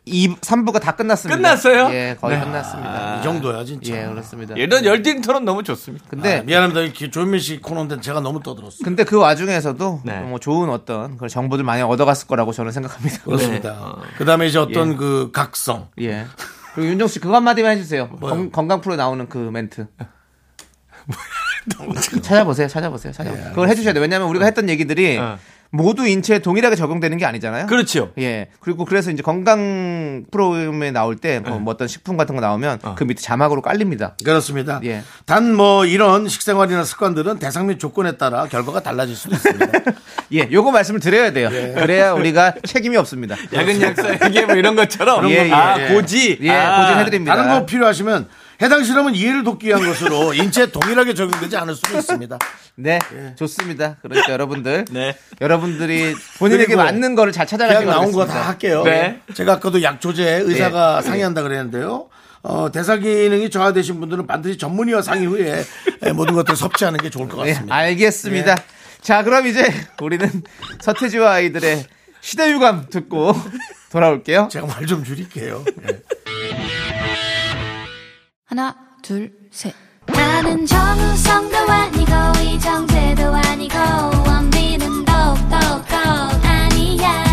[SPEAKER 2] 2, 3부가 다 끝났습니다.
[SPEAKER 7] 끝났어요?
[SPEAKER 2] 예, 거의 끝났습니다.
[SPEAKER 1] 이 정도야 진짜.
[SPEAKER 2] 예, 그렇습니다. 네.
[SPEAKER 7] 이런 열띤 토론 너무 좋습니다.
[SPEAKER 2] 근데
[SPEAKER 1] 아, 미안합니다. 이렇게 조현민 씨 코너인데 제가 너무 떠들었어요.
[SPEAKER 2] 근데 그 와중에서도
[SPEAKER 7] 네.
[SPEAKER 2] 뭐 좋은 어떤 그런 정보들 많이 얻어갔을 거라고 저는 생각합니다. 네.
[SPEAKER 1] 그렇습니다.
[SPEAKER 2] 어.
[SPEAKER 1] 그다음에 이제 어떤 그 각성.
[SPEAKER 2] 예. 그리고 윤정 씨 그거 한마디만 해주세요. 건, 건강 프로 나오는 그 멘트. 찾아보세요, 찾아보세요, 찾아보세요. 그걸 해주셔야 돼요. 왜냐하면 우리가 했던 얘기들이
[SPEAKER 7] 예, 어.
[SPEAKER 2] 모두 인체에 동일하게 적용되는 게 아니잖아요.
[SPEAKER 7] 그렇죠.
[SPEAKER 2] 예. 그리고 그래서 이제 건강 프로그램에 나올 때
[SPEAKER 7] 예.
[SPEAKER 2] 뭐 어떤 식품 같은 거 나오면 그 밑에 자막으로 깔립니다.
[SPEAKER 1] 그렇습니다.
[SPEAKER 2] 예.
[SPEAKER 1] 단 뭐 이런 식생활이나 습관들은 대상 및 조건에 따라 결과가 달라질 수도 있습니다.
[SPEAKER 2] 예, 요거 말씀을 드려야 돼요.
[SPEAKER 7] 예.
[SPEAKER 2] 그래야 우리가 책임이 없습니다.
[SPEAKER 7] 야근 약사에게 뭐 이런 것처럼
[SPEAKER 2] 예, 예,
[SPEAKER 7] 예, 아
[SPEAKER 2] 예.
[SPEAKER 7] 고지
[SPEAKER 2] 예,
[SPEAKER 7] 아,
[SPEAKER 2] 고진해드립니다.
[SPEAKER 1] 다른 거 필요하시면 해당 실험은 이해를 돕기 위한 것으로 인체에 동일하게 적용되지 않을 수도 있습니다.
[SPEAKER 2] 네,
[SPEAKER 1] 예.
[SPEAKER 2] 좋습니다. 그러니까 여러분들,
[SPEAKER 7] 네.
[SPEAKER 2] 여러분들이 본인에게
[SPEAKER 1] 그리고
[SPEAKER 2] 맞는 거를 잘 찾아가시기
[SPEAKER 1] 그냥 나온 거
[SPEAKER 2] 바라겠습니다. 예.
[SPEAKER 1] 다 할게요.
[SPEAKER 7] 네.
[SPEAKER 1] 제가 아까도 약조제 의사가 상의한다 그랬는데요. 어, 대사 기능이 저하되신 분들은 반드시 전문의와 상의 후에 에, 모든 것들을 섭취하는 게 좋을 것
[SPEAKER 2] 네,
[SPEAKER 1] 같습니다. 예.
[SPEAKER 2] 알겠습니다. 자, 그럼 이제 우리는 서태지와 아이들의 시대유감 듣고 돌아올게요.
[SPEAKER 1] 제가 말 좀 줄일게요. 예.
[SPEAKER 5] 하나, 둘, 셋. 나는 정우성도 아니고, 이정재도 아니고, 원빈은 더욱더 아니야.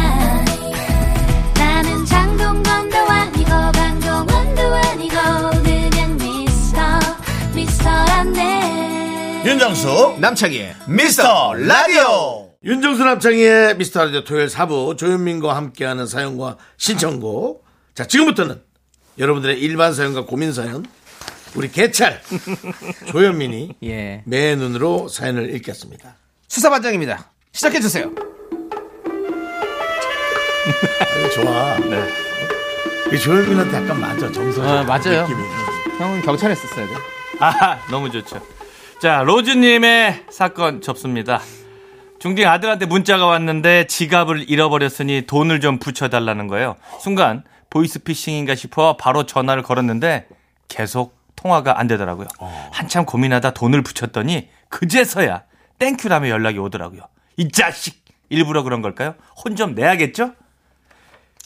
[SPEAKER 1] 윤정수
[SPEAKER 2] 남창희의 미스터 라디오
[SPEAKER 1] 윤정수 남창희의 미스터 라디오 토요일 4부 조현민과 함께하는 사연과 신청곡 자 지금부터는 여러분들의 일반 사연과 고민 사연 우리 개찰 조현민이
[SPEAKER 7] 예.
[SPEAKER 1] 매 눈으로 사연을 읽겠습니다
[SPEAKER 2] 수사반장입니다 시작해주세요
[SPEAKER 1] 이거 어, 좋아
[SPEAKER 7] 네.
[SPEAKER 1] 이 조현민한테 약간 맞아 정서
[SPEAKER 7] 아, 맞아요.
[SPEAKER 2] 형은 경찰에 썼어야 돼
[SPEAKER 7] 아, 너무 좋죠. 자, 로즈님의 사건 접수입니다. 중딩 아들한테 문자가 왔는데 지갑을 잃어버렸으니 돈을 좀 붙여달라는 거예요. 순간 보이스피싱인가 싶어 바로 전화를 걸었는데 계속 통화가 안 되더라고요. 한참 고민하다 돈을 붙였더니 그제서야 땡큐라며 연락이 오더라고요. 이 자식! 일부러 그런 걸까요? 혼 좀 내야겠죠?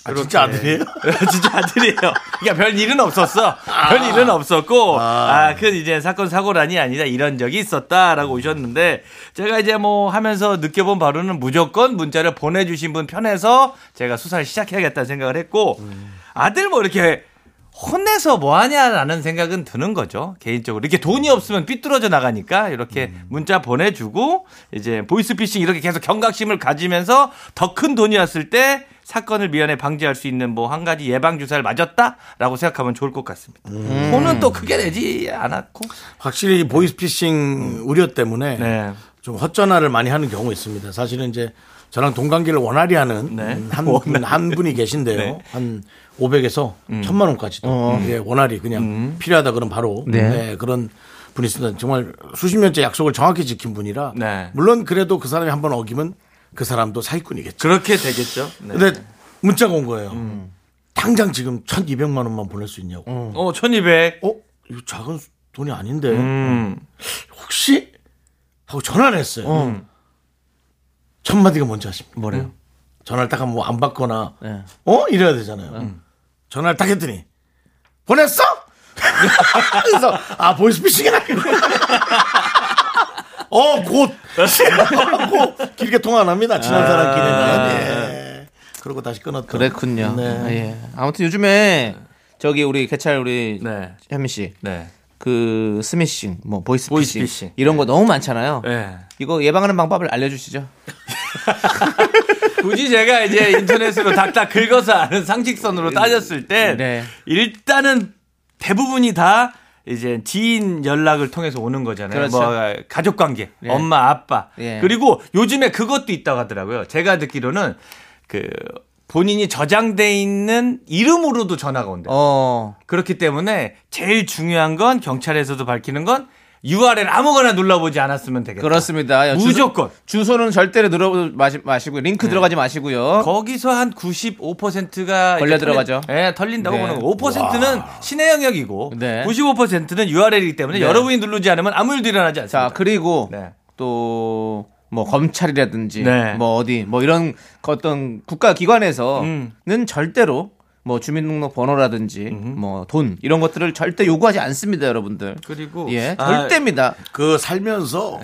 [SPEAKER 1] 아, 진짜 아들이에요?
[SPEAKER 7] 진짜 아들이에요. 그러니까 별 일은 없었어. 별 일은 없었고, 아, 큰 이제 사건 사고란이 아니라 이런 적이 있었다라고 오셨는데, 제가 이제 뭐 하면서 느껴본 바로는 무조건 문자를 보내주신 분 편에서 제가 수사를 시작해야겠다는 생각을 했고, 아들 뭐 이렇게 혼내서 뭐 하냐라는 생각은 드는 거죠. 개인적으로. 이렇게 돈이 없으면 삐뚤어져 나가니까 이렇게 문자 보내주고 이제 보이스피싱 이렇게 계속 경각심을 가지면서 더 큰 돈이 왔을 때 사건을 미연에 방지할 수 있는 뭐 한 가지 예방주사를 맞았다라고 생각하면 좋을 것 같습니다. 혼은 또 크게 내지 않았고.
[SPEAKER 1] 확실히 이 보이스피싱 우려 때문에
[SPEAKER 7] 네.
[SPEAKER 1] 좀 헛전화를 많이 하는 경우 있습니다. 사실은 이제 저랑 동관계를 원활히 하는
[SPEAKER 7] 네.
[SPEAKER 1] 음, 한, 한 분이 계신데요.
[SPEAKER 7] 네. 음. 어.
[SPEAKER 1] 한 500에서 1000만 원까지도 예, 원활히 그냥 필요하다 그럼 바로 예, 그런 분이 있습니다. 정말 수십 년째 약속을 정확히 지킨 분이라
[SPEAKER 7] 네.
[SPEAKER 1] 물론 그래도 그 사람이 한 번 어기면 그 사람도 사기꾼이겠죠.
[SPEAKER 7] 그렇게 되겠죠. 네.
[SPEAKER 1] 근데 문자가 온 거예요.
[SPEAKER 7] 음.
[SPEAKER 1] 당장 지금 1200만 원만 보낼 수 있냐고.
[SPEAKER 7] 어, 1200.
[SPEAKER 1] 어? 이거 작은 수- 돈이 아닌데.
[SPEAKER 7] 음.
[SPEAKER 1] 혹시 하고 전화를 했어요. 첫 마디가 뭔지 아십니까? 음.
[SPEAKER 7] 뭐래요?
[SPEAKER 1] 전화를 딱 하면 뭐안 받거나 어 이래야 되잖아요. 전화를 딱 했더니 보냈어? 그래서 아 보이스피싱이 아니고 어곧 곧 길게 통화 안 합니다. 친한 사람끼리는 예. 그러고 다시 끊었다.
[SPEAKER 2] 그랬군요
[SPEAKER 1] 네.
[SPEAKER 2] 예. 아무튼 요즘에 저기 우리 개찰 우리
[SPEAKER 7] 네.
[SPEAKER 2] 현민씨
[SPEAKER 7] 네.
[SPEAKER 2] 그 스미싱 뭐 보이스피싱,
[SPEAKER 7] 보이스피싱.
[SPEAKER 2] 이런 거 너무 많잖아요
[SPEAKER 7] 네.
[SPEAKER 2] 이거 예방하는 방법을 알려주시죠
[SPEAKER 7] 굳이 제가 이제 인터넷으로 닥닥 긁어서 아는 상식선으로 따졌을 때
[SPEAKER 2] 네.
[SPEAKER 7] 일단은 대부분이 다 이제 지인 연락을 통해서 오는 거잖아요.
[SPEAKER 2] 그렇죠.
[SPEAKER 7] 뭐 가족 관계, 엄마, 아빠.
[SPEAKER 2] 예.
[SPEAKER 7] 그리고 요즘에 그것도 있다고 하더라고요. 제가 듣기로는 그 본인이 저장돼 있는 이름으로도 전화가 온대요.
[SPEAKER 2] 어
[SPEAKER 7] 그렇기 때문에 제일 중요한 건 경찰에서도 밝히는 건 URL 아무거나 눌러보지 않았으면 되겠다.
[SPEAKER 2] 그렇습니다 야, 주소-
[SPEAKER 7] 무조건.
[SPEAKER 2] 주소는 절대로 눌러 마시, 마시고
[SPEAKER 7] 네.
[SPEAKER 2] 링크 들어가지 마시고요
[SPEAKER 7] 거기서 한 95%가
[SPEAKER 2] 걸려 들어가죠.
[SPEAKER 7] 예, 털린다고
[SPEAKER 2] 네.
[SPEAKER 7] 보는 거. 5%는 시내 영역이고
[SPEAKER 2] 네.
[SPEAKER 7] 95%는 URL이기 때문에
[SPEAKER 2] 네.
[SPEAKER 7] 여러분이 누르지 않으면 아무 일도 일어나지 않습니다.
[SPEAKER 2] 자 그리고
[SPEAKER 7] 네.
[SPEAKER 2] 또 뭐 검찰이라든지
[SPEAKER 7] 네.
[SPEAKER 2] 뭐 어디 뭐 이런 어떤 국가 기관에서는
[SPEAKER 7] 음.
[SPEAKER 2] 절대로 뭐 주민등록번호라든지 뭐 돈 이런 것들을 절대 요구하지 않습니다, 여러분들.
[SPEAKER 7] 그리고
[SPEAKER 2] 예,
[SPEAKER 7] 아,
[SPEAKER 2] 절대입니다.
[SPEAKER 1] 그 살면서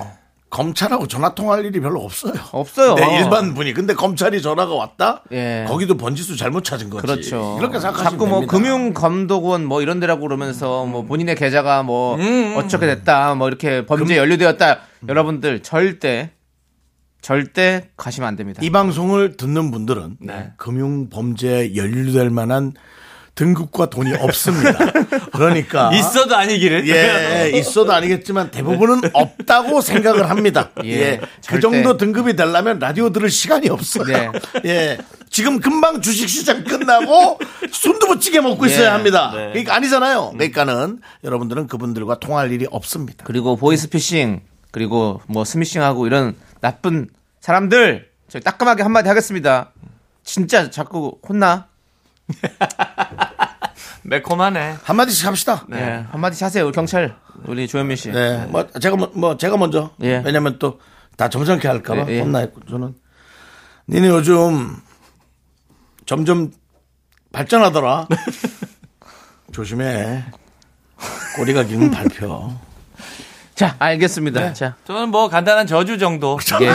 [SPEAKER 1] 검찰하고 전화 통화할 일이 별로 없어요.
[SPEAKER 2] 없어요.
[SPEAKER 1] 네, 일반 분이. 근데 검찰이 전화가 왔다?
[SPEAKER 2] 예.
[SPEAKER 1] 거기도 번지수 잘못 찾은 거지.
[SPEAKER 2] 그렇죠.
[SPEAKER 1] 이렇게 생각하시면
[SPEAKER 2] 자꾸 뭐
[SPEAKER 1] 됩니다.
[SPEAKER 2] 금융감독원 뭐 이런 데라고 그러면서 뭐 본인의 계좌가 뭐
[SPEAKER 1] 음,
[SPEAKER 2] 어떻게 됐다 뭐 이렇게 범죄에 연루되었다 여러분들 절대 절대 가시면 안 됩니다.
[SPEAKER 1] 이 방송을 듣는 분들은
[SPEAKER 2] 네.
[SPEAKER 1] 금융 범죄에 연루될 만한 등급과 돈이 없습니다. 그러니까
[SPEAKER 7] 있어도 아니기를.
[SPEAKER 1] 예, 있어도 아니겠지만 대부분은 없다고 생각을 합니다. 예.
[SPEAKER 2] 네. 예,
[SPEAKER 1] 그
[SPEAKER 2] 절대.
[SPEAKER 1] 정도 등급이 되려면 라디오 들을 시간이 없어요.
[SPEAKER 2] 네.
[SPEAKER 1] 예. 지금 금방 주식시장 끝나고 순두부찌개 먹고
[SPEAKER 2] 예,
[SPEAKER 1] 있어야 합니다.
[SPEAKER 7] 네.
[SPEAKER 1] 그러니까 아니잖아요. 그러니까는 여러분들은 그분들과 통할 일이 없습니다.
[SPEAKER 2] 그리고 보이스피싱 그리고 뭐 스미싱하고 이런 나쁜 사람들 저희 따끔하게 한마디 하겠습니다. 진짜 자꾸 혼나.
[SPEAKER 7] 매콤하네.
[SPEAKER 1] 한마디씩 합시다.
[SPEAKER 2] 예, 한마디씩 하세요. 우리 경찰 우리 조현민 씨.
[SPEAKER 1] 네. 뭐 제가 뭐, 뭐 제가 먼저.
[SPEAKER 2] 예.
[SPEAKER 1] 왜냐면 또 다 점잖게 할까 봐
[SPEAKER 2] 예, 예.
[SPEAKER 1] 혼나 있고 저는 니네 요즘 점점 발전하더라. 조심해. 꼬리가 길면 밟혀. 네.
[SPEAKER 2] 자 알겠습니다. 자
[SPEAKER 7] 저는 뭐 간단한 저주 정도.
[SPEAKER 2] 예.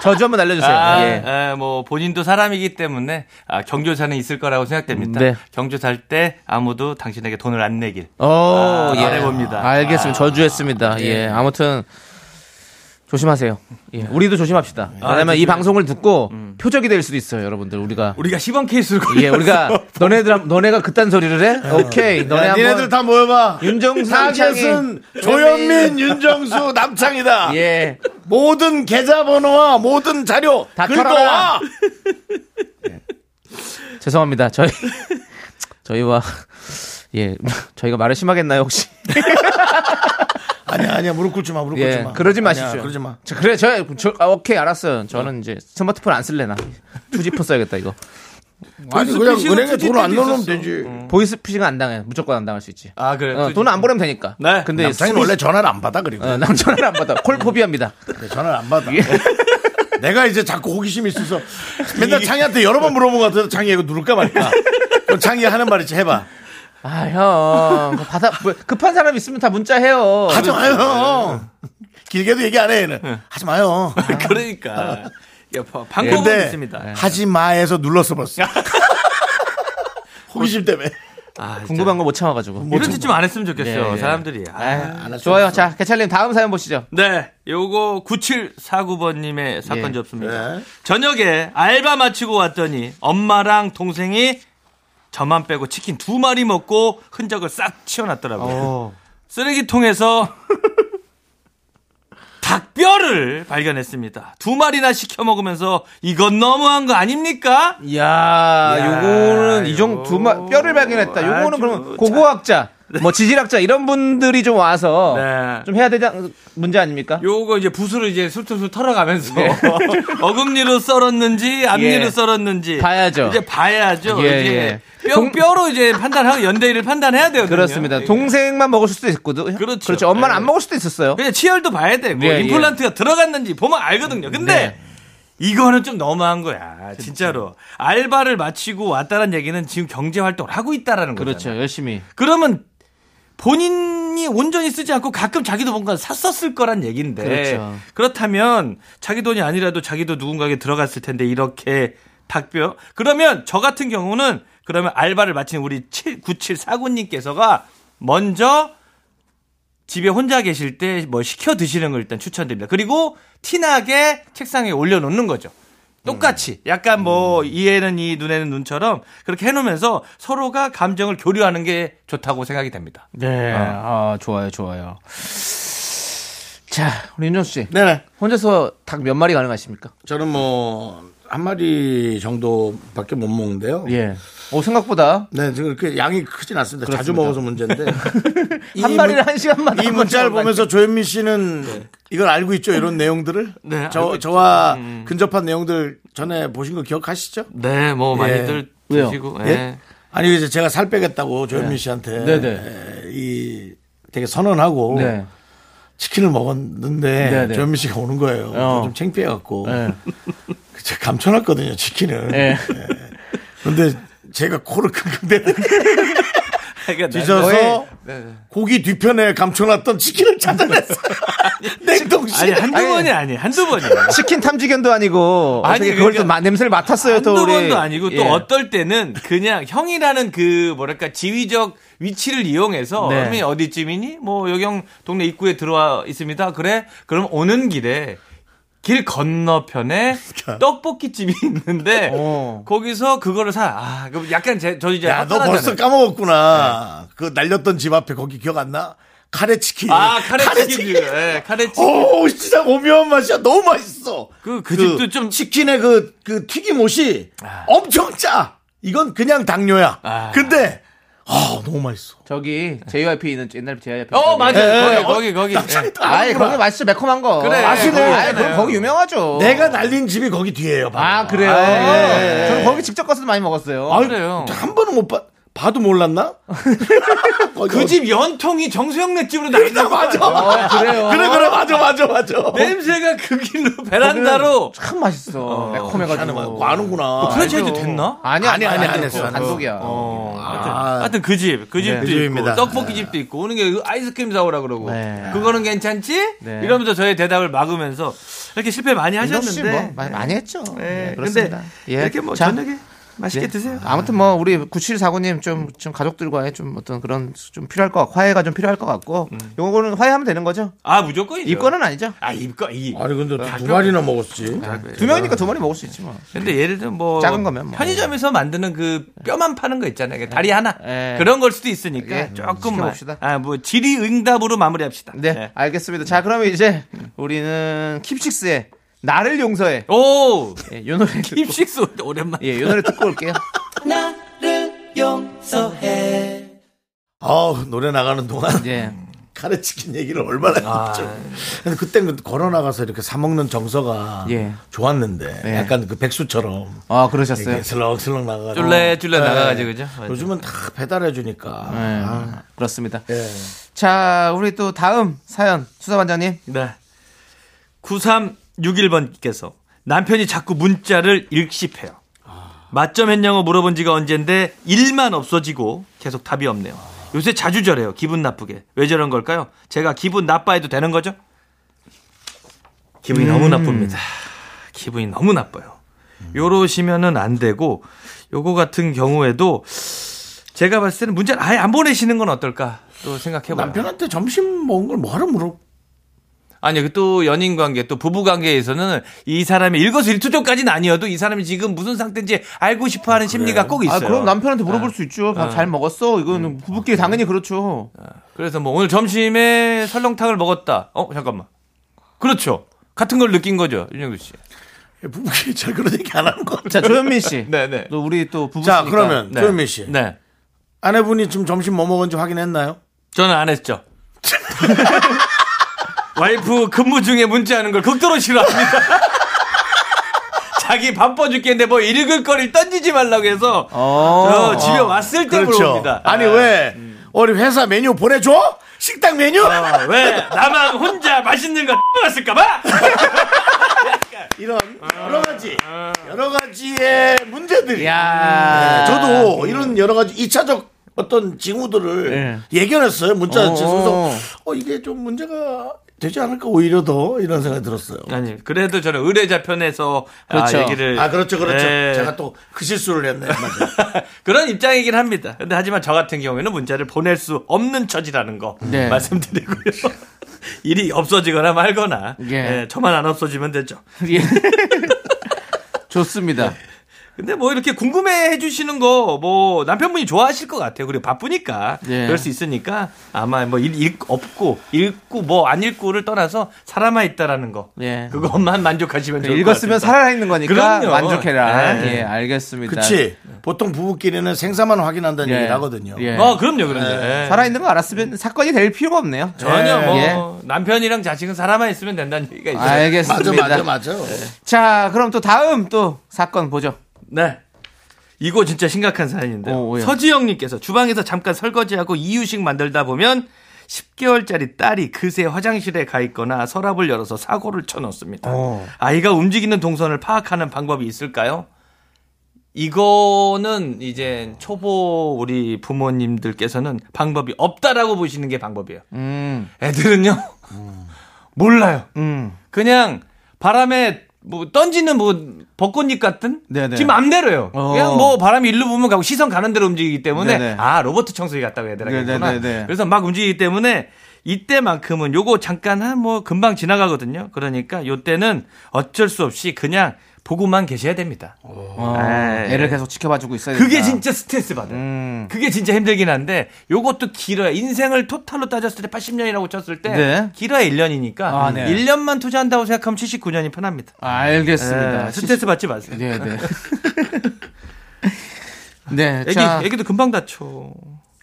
[SPEAKER 2] 저주 한번 알려주세요.
[SPEAKER 7] 아,
[SPEAKER 2] 그렇죠. 예.
[SPEAKER 7] 예, 뭐 본인도 사람이기 때문에 아, 경조사는 있을 거라고 생각됩니다.
[SPEAKER 2] 네.
[SPEAKER 7] 경조사할 때 아무도 당신에게 돈을 안 내길.
[SPEAKER 2] 어,
[SPEAKER 7] 아,
[SPEAKER 2] 예.
[SPEAKER 7] 잘해봅니다.
[SPEAKER 1] 아.
[SPEAKER 2] 알겠습니다. 저주했습니다. 예. 아무튼 조심하세요. 예. 우리도 조심합시다.
[SPEAKER 1] 아,
[SPEAKER 2] 왜냐면 이 방송을 듣고
[SPEAKER 1] 음.
[SPEAKER 2] 표적이 될 수도 있어요, 여러분들. 우리가
[SPEAKER 7] 우리가 시범 케이스로
[SPEAKER 2] 예, 우리가 너네들 한- 너네가 그딴 소리를 해? 오케이. 너네
[SPEAKER 1] 야,
[SPEAKER 2] 한번
[SPEAKER 1] 니네들 다 모여봐.
[SPEAKER 2] 윤정상
[SPEAKER 1] 타겟은 조현민, 윤정수, 남창이다.
[SPEAKER 2] 네. 예.
[SPEAKER 1] 모든 계좌번호와 모든 자료
[SPEAKER 2] 다
[SPEAKER 1] 긁어와.
[SPEAKER 2] 죄송합니다. 저희 저희와 예. 저희가 말을 심하게 했나요, 혹시?
[SPEAKER 1] 아니야 아니야 무릎 꿇지 마 무릎 꿇지
[SPEAKER 2] 예.
[SPEAKER 1] 마.
[SPEAKER 2] 그러지 마십시오.
[SPEAKER 1] 아니야, 그러지 마.
[SPEAKER 2] 저, 그래, 저, 저 아, 오케이, 알았어요. 저는 이제 스마트폰 안 쓸래나. 투지폰 써야겠다, 이거.
[SPEAKER 1] 아니 그냥 은행에 돈을 안 넣으면
[SPEAKER 2] 음.
[SPEAKER 1] 되지.
[SPEAKER 2] 보이스피싱은 안 당해. 무조건 안 당할 수 있지.
[SPEAKER 7] 음. 아 그래.
[SPEAKER 2] 어, 돈은 안 보내면 되니까.
[SPEAKER 7] 네. 음.
[SPEAKER 2] 근데
[SPEAKER 1] 남창이 원래 전화를 안 받아 그리고
[SPEAKER 2] 어, 남자는 안 받아. 예. 콜포비아입니다.
[SPEAKER 1] 그래, 전화를 안 받아. 내가 이제 자꾸 호기심이 있어서 맨날 창이한테 여러 번 물어본 것 같아서 창이 이거 누를까 말까. 그럼 창이 하는 말이지 해봐.
[SPEAKER 2] 아, 형. 그거 받아. 뭐, 급한 사람 있으면 다 문자 해요.
[SPEAKER 1] 하지 마요. 길게도 얘기 안 해,
[SPEAKER 2] 네.
[SPEAKER 1] 얘는. 하지 마요.
[SPEAKER 2] 아,
[SPEAKER 7] 그러니까. 예, 바- 방법은
[SPEAKER 1] 근데
[SPEAKER 7] 있습니다.
[SPEAKER 2] 네.
[SPEAKER 1] 하지 마에서 눌렀어 벌써. 호기심 때문에.
[SPEAKER 7] 아,
[SPEAKER 2] 궁금한 거 못 참아가지고.
[SPEAKER 7] 이런 짓 좀 안 했으면 좋겠어요.
[SPEAKER 2] 네, 네.
[SPEAKER 7] 사람들이. 뭐, 아.
[SPEAKER 2] 아, 좋아요. 자, 개찰님 다음 사연 보시죠.
[SPEAKER 7] 네, 요거 9749번님의 사건
[SPEAKER 2] 예.
[SPEAKER 7] 접수입니다.
[SPEAKER 1] 네.
[SPEAKER 7] 저녁에 알바 마치고 왔더니 엄마랑 동생이 저만 빼고 치킨 두 마리 먹고 흔적을 싹 치워놨더라고요. 쓰레기통에서 닭뼈를 발견했습니다. 두 마리나 시켜 먹으면서 이건 너무한 거 아닙니까?
[SPEAKER 2] 이야, 요거는 이종 두 마, 뼈를 발견했다. 요거는
[SPEAKER 7] 아주
[SPEAKER 2] 그러면 고고학자, 뭐 지질학자 이런 분들이 좀 와서
[SPEAKER 7] 네.
[SPEAKER 2] 좀 해야 되는 문제 아닙니까? 네.
[SPEAKER 7] 요거 이제 붓으로 이제 술술술 털어가면서 어금니로 썰었는지 앞니로
[SPEAKER 2] 예.
[SPEAKER 7] 썰었는지
[SPEAKER 2] 봐야죠.
[SPEAKER 7] 이제 봐야죠.
[SPEAKER 2] 예,
[SPEAKER 7] 이제
[SPEAKER 2] 예.
[SPEAKER 7] 뼈
[SPEAKER 2] 동-
[SPEAKER 7] 뼈로 이제 판단하고 연대기를 판단해야 돼요.
[SPEAKER 2] 그렇습니다.
[SPEAKER 7] 예.
[SPEAKER 2] 동생만 먹을 수도 있거든.
[SPEAKER 7] 그렇죠.
[SPEAKER 2] 엄마는
[SPEAKER 7] 네.
[SPEAKER 2] 안 먹을 수도 있었어요.
[SPEAKER 7] 그냥 치열도 봐야 되고
[SPEAKER 2] 예,
[SPEAKER 7] 임플란트가 들어갔는지 보면 알거든요. 근데
[SPEAKER 2] 네.
[SPEAKER 7] 이거는 좀 너무한 거야. 진짜로 알바를 마치고 왔다는 얘기는 지금 경제 활동을 하고 있다라는 거죠.
[SPEAKER 2] 그렇죠. 열심히.
[SPEAKER 7] 그러면 본인이 온전히 쓰지 않고 가끔 자기도 뭔가 샀었을 거란 얘기인데
[SPEAKER 2] 그렇죠.
[SPEAKER 7] 다면 자기 돈이 아니라도 자기도 누군가에게 들어갔을 텐데 이렇게 닭뼈 그러면 저 같은 경우는 그러면 알바를 마친 우리 7, 9749님께서가 먼저 집에 혼자 계실 때 뭐 시켜 드시는 걸 일단 추천드립니다. 그리고 티나게 책상에 올려놓는 거죠. 똑같이 약간 뭐 이에는 이 눈에는 눈처럼 그렇게 해놓으면서 서로가 감정을 교류하는 게 좋다고 생각이 됩니다.
[SPEAKER 2] 네. 아, 좋아요, 좋아요. 자, 우리 윤정수 씨.
[SPEAKER 1] 네네.
[SPEAKER 2] 혼자서 닭 몇 마리 가능하십니까?
[SPEAKER 1] 저는 뭐, 한 마리 정도밖에 못
[SPEAKER 7] 어.
[SPEAKER 1] 먹는데요.
[SPEAKER 2] 예. 오, 생각보다
[SPEAKER 1] 네, 지금 그렇게 양이 크진 않습니다. 자주
[SPEAKER 2] 그렇습니다.
[SPEAKER 1] 먹어서 문제인데. 이
[SPEAKER 2] 한
[SPEAKER 1] 문-
[SPEAKER 2] 마리를 한 시간마다.
[SPEAKER 1] 이
[SPEAKER 2] 한
[SPEAKER 1] 문자를
[SPEAKER 2] 번씩
[SPEAKER 1] 보면서 조현민 씨는 이걸 알고 있죠? 이런 내용들을?
[SPEAKER 7] 네, 알고
[SPEAKER 1] 저, 저와 근접한 내용들 전에 보신 거 기억하시죠?
[SPEAKER 7] 네, 뭐
[SPEAKER 1] 많이들
[SPEAKER 2] 왜요?
[SPEAKER 7] 네.
[SPEAKER 1] 예? 아니, 이제 제가 살 빼겠다고 조현민 씨한테
[SPEAKER 2] 네네.
[SPEAKER 1] 에, 이 되게 선언하고
[SPEAKER 2] 네.
[SPEAKER 1] 치킨을 먹었는데
[SPEAKER 2] 네네.
[SPEAKER 1] 조현민 씨가 오는 거예요.
[SPEAKER 2] 어.
[SPEAKER 1] 좀 창피해갖고.
[SPEAKER 2] 네.
[SPEAKER 1] 제가 감춰놨거든요, 치킨을.
[SPEAKER 2] 네.
[SPEAKER 1] 근데 제가 코를 킁킁대고 뒤져서
[SPEAKER 7] 그러니까
[SPEAKER 2] 거의-
[SPEAKER 1] 고기 뒤편에 감춰놨던 치킨을 찾아냈어요.
[SPEAKER 7] 아니
[SPEAKER 1] 냉동실에.
[SPEAKER 7] 한두 번이 뭐, 아니 한두 번이
[SPEAKER 2] 치킨 탐지견도 아니고
[SPEAKER 7] 아니,
[SPEAKER 2] 어떻게 그걸
[SPEAKER 7] 그러니까
[SPEAKER 2] 또 마- 냄새를 맡았어요 또
[SPEAKER 7] 한두
[SPEAKER 2] 우리
[SPEAKER 7] 번도 아니고 또
[SPEAKER 2] 예.
[SPEAKER 7] 어떨 때는 그냥 형이라는 그 뭐랄까 지위적 위치를 이용해서
[SPEAKER 2] 네.
[SPEAKER 7] 형이 어디쯤이니? 뭐 여기 형 동네 입구에 들어와 있습니다. 그래? 그럼 오는 길에 길 건너편에 떡볶이 집이 있는데
[SPEAKER 2] 어.
[SPEAKER 7] 거기서 그거를 사. 아, 그럼 약간 제, 저 이제
[SPEAKER 1] 야, 너
[SPEAKER 7] 화가
[SPEAKER 1] 벌써
[SPEAKER 7] 나잖아요. 네.
[SPEAKER 1] 까먹었구나. 그 날렸던 집 앞에 거기 기억 안 나? 카레 치킨.
[SPEAKER 7] 아, 카레 치킨. 예, 카레 치킨.
[SPEAKER 1] 오, 진짜 오묘한 맛이야. 너무 맛있어.
[SPEAKER 7] 그- 그 집도 좀-
[SPEAKER 1] 치킨의 그, 그 튀김옷이 엄청 짜. 이건 그냥 당뇨야.
[SPEAKER 7] 아.
[SPEAKER 1] 근데, 아, 너무 맛있어.
[SPEAKER 2] 저기 JYP 있는 옛날 JYP
[SPEAKER 7] 어, 맞아요.
[SPEAKER 1] 예,
[SPEAKER 7] 거기 거기 거기. 예.
[SPEAKER 2] 아이 거기 맛있죠 매콤한 거
[SPEAKER 7] 그래.
[SPEAKER 2] 맛있네
[SPEAKER 7] 거기
[SPEAKER 2] 아이,
[SPEAKER 7] 있잖아요.
[SPEAKER 2] 그럼 거기 유명하죠
[SPEAKER 1] 내가 날린 집이 거기 뒤에요.
[SPEAKER 2] 아 그래요
[SPEAKER 1] 아, 예, 예, 예.
[SPEAKER 2] 저는 거기 직접 가서 많이 먹었어요
[SPEAKER 1] 아유,
[SPEAKER 7] 그래요.
[SPEAKER 1] 한 번은 못 봤, 봐도 몰랐나? 어,
[SPEAKER 7] 그 집 연통이 정수영네 집으로 나는 거 맞아. 어,
[SPEAKER 2] 그래요.
[SPEAKER 1] 그래 그래 맞아 맞아 맞아. 어,
[SPEAKER 7] 냄새가 그 길로 베란다로
[SPEAKER 2] 참 맛있어. 매콤해가지고.
[SPEAKER 7] 어.
[SPEAKER 1] 아는구나.
[SPEAKER 7] 프랜차이즈 뭐, 됐나?
[SPEAKER 2] 아니야,
[SPEAKER 1] 아니, 아니,
[SPEAKER 2] 아니야,
[SPEAKER 1] 안
[SPEAKER 2] 아니야.
[SPEAKER 1] 했어, 안
[SPEAKER 2] 단독이야.
[SPEAKER 7] 어. 하여튼,
[SPEAKER 1] 아.
[SPEAKER 7] 하여튼 그 집,
[SPEAKER 2] 네,
[SPEAKER 7] 그 집도
[SPEAKER 1] 집입니다.
[SPEAKER 7] 있고 떡볶이 집도 있고 오는 게그 아이스크림 사오라 그러고
[SPEAKER 2] 네.
[SPEAKER 7] 그거는 괜찮지?
[SPEAKER 2] 네.
[SPEAKER 7] 이러면서 저의 대답을 막으면서 이렇게 실패 많이
[SPEAKER 2] 민덕 씨 뭐,
[SPEAKER 7] 하셨는데
[SPEAKER 2] 많이, 많이 했죠.
[SPEAKER 7] 네,
[SPEAKER 2] 네, 그렇습니다.
[SPEAKER 7] 근데 이렇게 뭐
[SPEAKER 2] 자,
[SPEAKER 7] 저녁에 맛있게
[SPEAKER 2] 예.
[SPEAKER 7] 드세요.
[SPEAKER 2] 아무튼 뭐 우리 9749님 좀, 좀 가족들과의 좀 어떤 그런 좀 필요할 것 같고 화해가 좀 필요할 것 같고
[SPEAKER 7] 음.
[SPEAKER 2] 요거는 화해하면 되는 거죠?
[SPEAKER 7] 아 무조건이죠.
[SPEAKER 2] 입건은 어, 아니죠?
[SPEAKER 7] 아 입건 이.
[SPEAKER 1] 아니 근데 두 마리나 먹었지.
[SPEAKER 7] 네.
[SPEAKER 2] 두 명이니까 두 마리 먹을 수 있지 뭐.
[SPEAKER 7] 근데 예를 들면 뭐
[SPEAKER 2] 작은 거면 뭐.
[SPEAKER 7] 편의점에서 만드는 그 뼈만 파는 거 있잖아요. 다리 하나
[SPEAKER 2] 예.
[SPEAKER 7] 그런 걸 수도 있으니까
[SPEAKER 2] 예.
[SPEAKER 7] 조금만
[SPEAKER 2] 시켜봅시다.
[SPEAKER 7] 아뭐 질의응답으로 마무리합시다.
[SPEAKER 2] 네,
[SPEAKER 7] 예.
[SPEAKER 2] 알겠습니다. 자, 그러면 이제
[SPEAKER 7] 음.
[SPEAKER 2] 우리는 킵식스의 나를 용서해.
[SPEAKER 7] 오
[SPEAKER 2] 예, 요 노래 듣고,
[SPEAKER 7] 힙식스 오랜만.
[SPEAKER 2] 예, 요 노래 듣고 올게요.
[SPEAKER 1] 아 노래 나가는 동안
[SPEAKER 2] 예.
[SPEAKER 7] 음.
[SPEAKER 1] 카레치킨 얘기를 얼마나 했죠. 근데 그때 그 걸어 나가서 이렇게 사 먹는 정서가
[SPEAKER 2] 예.
[SPEAKER 1] 좋았는데
[SPEAKER 2] 네.
[SPEAKER 1] 약간 그 백수처럼
[SPEAKER 2] 아,
[SPEAKER 1] 이렇게
[SPEAKER 2] 그러셨어요.
[SPEAKER 1] 슬렁슬렁 나가.
[SPEAKER 7] 쫄래쫄래 나가가지고, 그죠? 맞아요.
[SPEAKER 1] 요즘은 다 배달해 주니까.
[SPEAKER 2] 예, 그렇습니다.
[SPEAKER 1] 예.
[SPEAKER 2] 자, 우리 또 다음 사연 수사반장님.
[SPEAKER 7] 네. 9361번께서 남편이 자꾸 문자를 읽씹해요. 맞점 했냐고 물어본 지가 언젠데 일만 없어지고 계속 답이 없네요. 요새 자주 저래요. 기분 나쁘게. 왜 저런 걸까요? 제가 기분 나빠해도 되는 거죠? 기분이 너무 나쁩니다. 기분이 너무 나빠요. 요러시면은 안 되고 요거 같은 경우에도 제가 봤을 때는 문자를 아예 안 보내시는 건 어떨까 또 생각해 봐요.
[SPEAKER 1] 남편한테 점심 먹은 걸 뭐하러 물어?
[SPEAKER 7] 아니요, 그또 연인 관계, 또 부부 관계에서는 이 사람이 일거수일투족까지는 아니어도 이 사람이 지금 무슨 상태인지 알고 싶어 하는 심리가 꼭 있어요. 아. 음.
[SPEAKER 2] 아, 그럼 남편한테 물어볼 수 있죠. 밥 잘 먹었어? 이거는 부부끼리 당연히 그렇죠.
[SPEAKER 7] 그래서 뭐 오늘 점심에 설렁탕을 먹었다. 어, 잠깐만. 그렇죠. 같은 걸 느낀 거죠, 윤영두 씨.
[SPEAKER 1] 예, 부부끼리 잘 그런 얘기 안 하는 거.
[SPEAKER 2] 자, 조현민 씨.
[SPEAKER 7] 네, 네.
[SPEAKER 2] 또 우리 또 부부.
[SPEAKER 1] 자 그러면
[SPEAKER 7] 네.
[SPEAKER 1] 조현민 씨
[SPEAKER 7] 네.
[SPEAKER 1] 아내분이 지금 점심 뭐 먹은지 확인했나요?
[SPEAKER 7] 저는 안 했죠. 와이프 근무 중에 문자하는 걸 극도로 싫어합니다. 자기 바빠 죽겠는데 뭐 읽을 거를 던지지 말라고 해서 저 집에 왔을 때 그러니까
[SPEAKER 1] 그렇죠.
[SPEAKER 7] 물어봅니다.
[SPEAKER 1] 아니 왜 우리 회사 메뉴 보내줘? 식당 메뉴?
[SPEAKER 7] 아, 왜 나만 혼자 맛있는 거 먹었을까봐?
[SPEAKER 1] 이런 여러 가지 여러 가지의 문제들이.
[SPEAKER 2] 야.
[SPEAKER 1] 네, 저도 이런 여러 가지 2차적 어떤 징후들을 예견했어요. 문자
[SPEAKER 2] 어.
[SPEAKER 1] 주소서 어 이게 좀 문제가 되지 않을까 오히려 더 이런 생각이 들었어요.
[SPEAKER 7] 아니 그래도 저는 의뢰자 편에서
[SPEAKER 2] 그렇죠.
[SPEAKER 7] 아, 얘기를
[SPEAKER 1] 아 그렇죠 그렇죠.
[SPEAKER 7] 예.
[SPEAKER 1] 제가 또 그 실수를 했네요. 맞아요.
[SPEAKER 7] 그런 입장이긴 합니다. 근데 하지만 저 같은 경우에는 문자를 보낼 수 없는 처지라는 거
[SPEAKER 2] 네.
[SPEAKER 7] 말씀드리고요. 일이 없어지거나 말거나
[SPEAKER 2] 예.
[SPEAKER 7] 예, 저만 안 없어지면 되죠.
[SPEAKER 2] 예. 좋습니다.
[SPEAKER 7] 근데 뭐 이렇게 궁금해 해주시는 거 뭐 남편분이 좋아하실 것 같아요. 그리고 바쁘니까
[SPEAKER 2] 예.
[SPEAKER 7] 그럴 수 있으니까 아마 뭐 일, 일 없고 읽고 뭐 안 읽고를 떠나서 살아만 있다라는 거
[SPEAKER 2] 예.
[SPEAKER 7] 그것만 만족하시면 좋을 것
[SPEAKER 2] 읽었으면
[SPEAKER 7] 같습니다.
[SPEAKER 2] 살아있는 거니까
[SPEAKER 7] 그럼요.
[SPEAKER 2] 만족해라.
[SPEAKER 7] 예.
[SPEAKER 2] 예, 알겠습니다.
[SPEAKER 1] 그치. 보통 부부끼리는 생사만 확인한다는 얘기를 하거든요.
[SPEAKER 2] 예.
[SPEAKER 7] 어 그럼요 그런데
[SPEAKER 2] 살아있는 거 알았으면 사건이 될 필요가 네. 없네요.
[SPEAKER 7] 전혀 뭐
[SPEAKER 2] 예.
[SPEAKER 7] 남편이랑 자식은 살아만 있으면 된다는 얘기가 있어요.
[SPEAKER 1] 맞아,
[SPEAKER 2] 알겠습니다.
[SPEAKER 1] 맞아, 맞아.
[SPEAKER 2] 자, 그럼 또 다음 또 사건 보죠.
[SPEAKER 7] 네. 이거 진짜 심각한 사연인데요.
[SPEAKER 2] 오, 예.
[SPEAKER 7] 서지영님께서 주방에서 잠깐 설거지하고 이유식 만들다 보면 10개월짜리 딸이 그새 화장실에 가 있거나 서랍을 열어서 사고를 쳐놓습니다. 아이가 움직이는 동선을 파악하는 방법이 있을까요? 이거는 이제 초보 우리 부모님들께서는 방법이 없다라고 보시는 게 방법이에요. 애들은요 몰라요.
[SPEAKER 2] 음.
[SPEAKER 7] 그냥 바람에 뭐 던지는 뭐 벚꽃잎 같은
[SPEAKER 2] 네네.
[SPEAKER 7] 지 맘대로예요.
[SPEAKER 2] 어.
[SPEAKER 7] 그냥 뭐 바람이 일로 부면 가고 시선 가는 대로 움직이기 때문에
[SPEAKER 2] 네네.
[SPEAKER 7] 아 로버트 청소기 같다고 해야 되나 그랬구나.
[SPEAKER 2] 네네네네.
[SPEAKER 7] 그래서 막 움직이기 때문에 이때만큼은 요거 잠깐 한 뭐 금방 지나가거든요. 그러니까 요때는 어쩔 수 없이 그냥 보고만 계셔야 됩니다. 네.
[SPEAKER 2] 어,
[SPEAKER 7] 에이.
[SPEAKER 2] 애를 계속 지켜봐주고 있어야
[SPEAKER 7] 그게
[SPEAKER 2] 된다.
[SPEAKER 7] 진짜 스트레스 받아요.
[SPEAKER 2] 음.
[SPEAKER 7] 그게 진짜 힘들긴 한데 요것도 길어요. 인생을 토탈로 따졌을 때 80년이라고 쳤을 때
[SPEAKER 2] 네.
[SPEAKER 7] 길어야 1년이니까
[SPEAKER 2] 아, 네.
[SPEAKER 7] 1년만 투자한다고 생각하면 79년이 편합니다.
[SPEAKER 2] 알겠습니다.
[SPEAKER 7] 예, 스트레스 받지 마세요.
[SPEAKER 2] 네, 네. 네,
[SPEAKER 7] 애기,
[SPEAKER 2] 자,
[SPEAKER 7] 애기도 뭐. 금방 다쳐.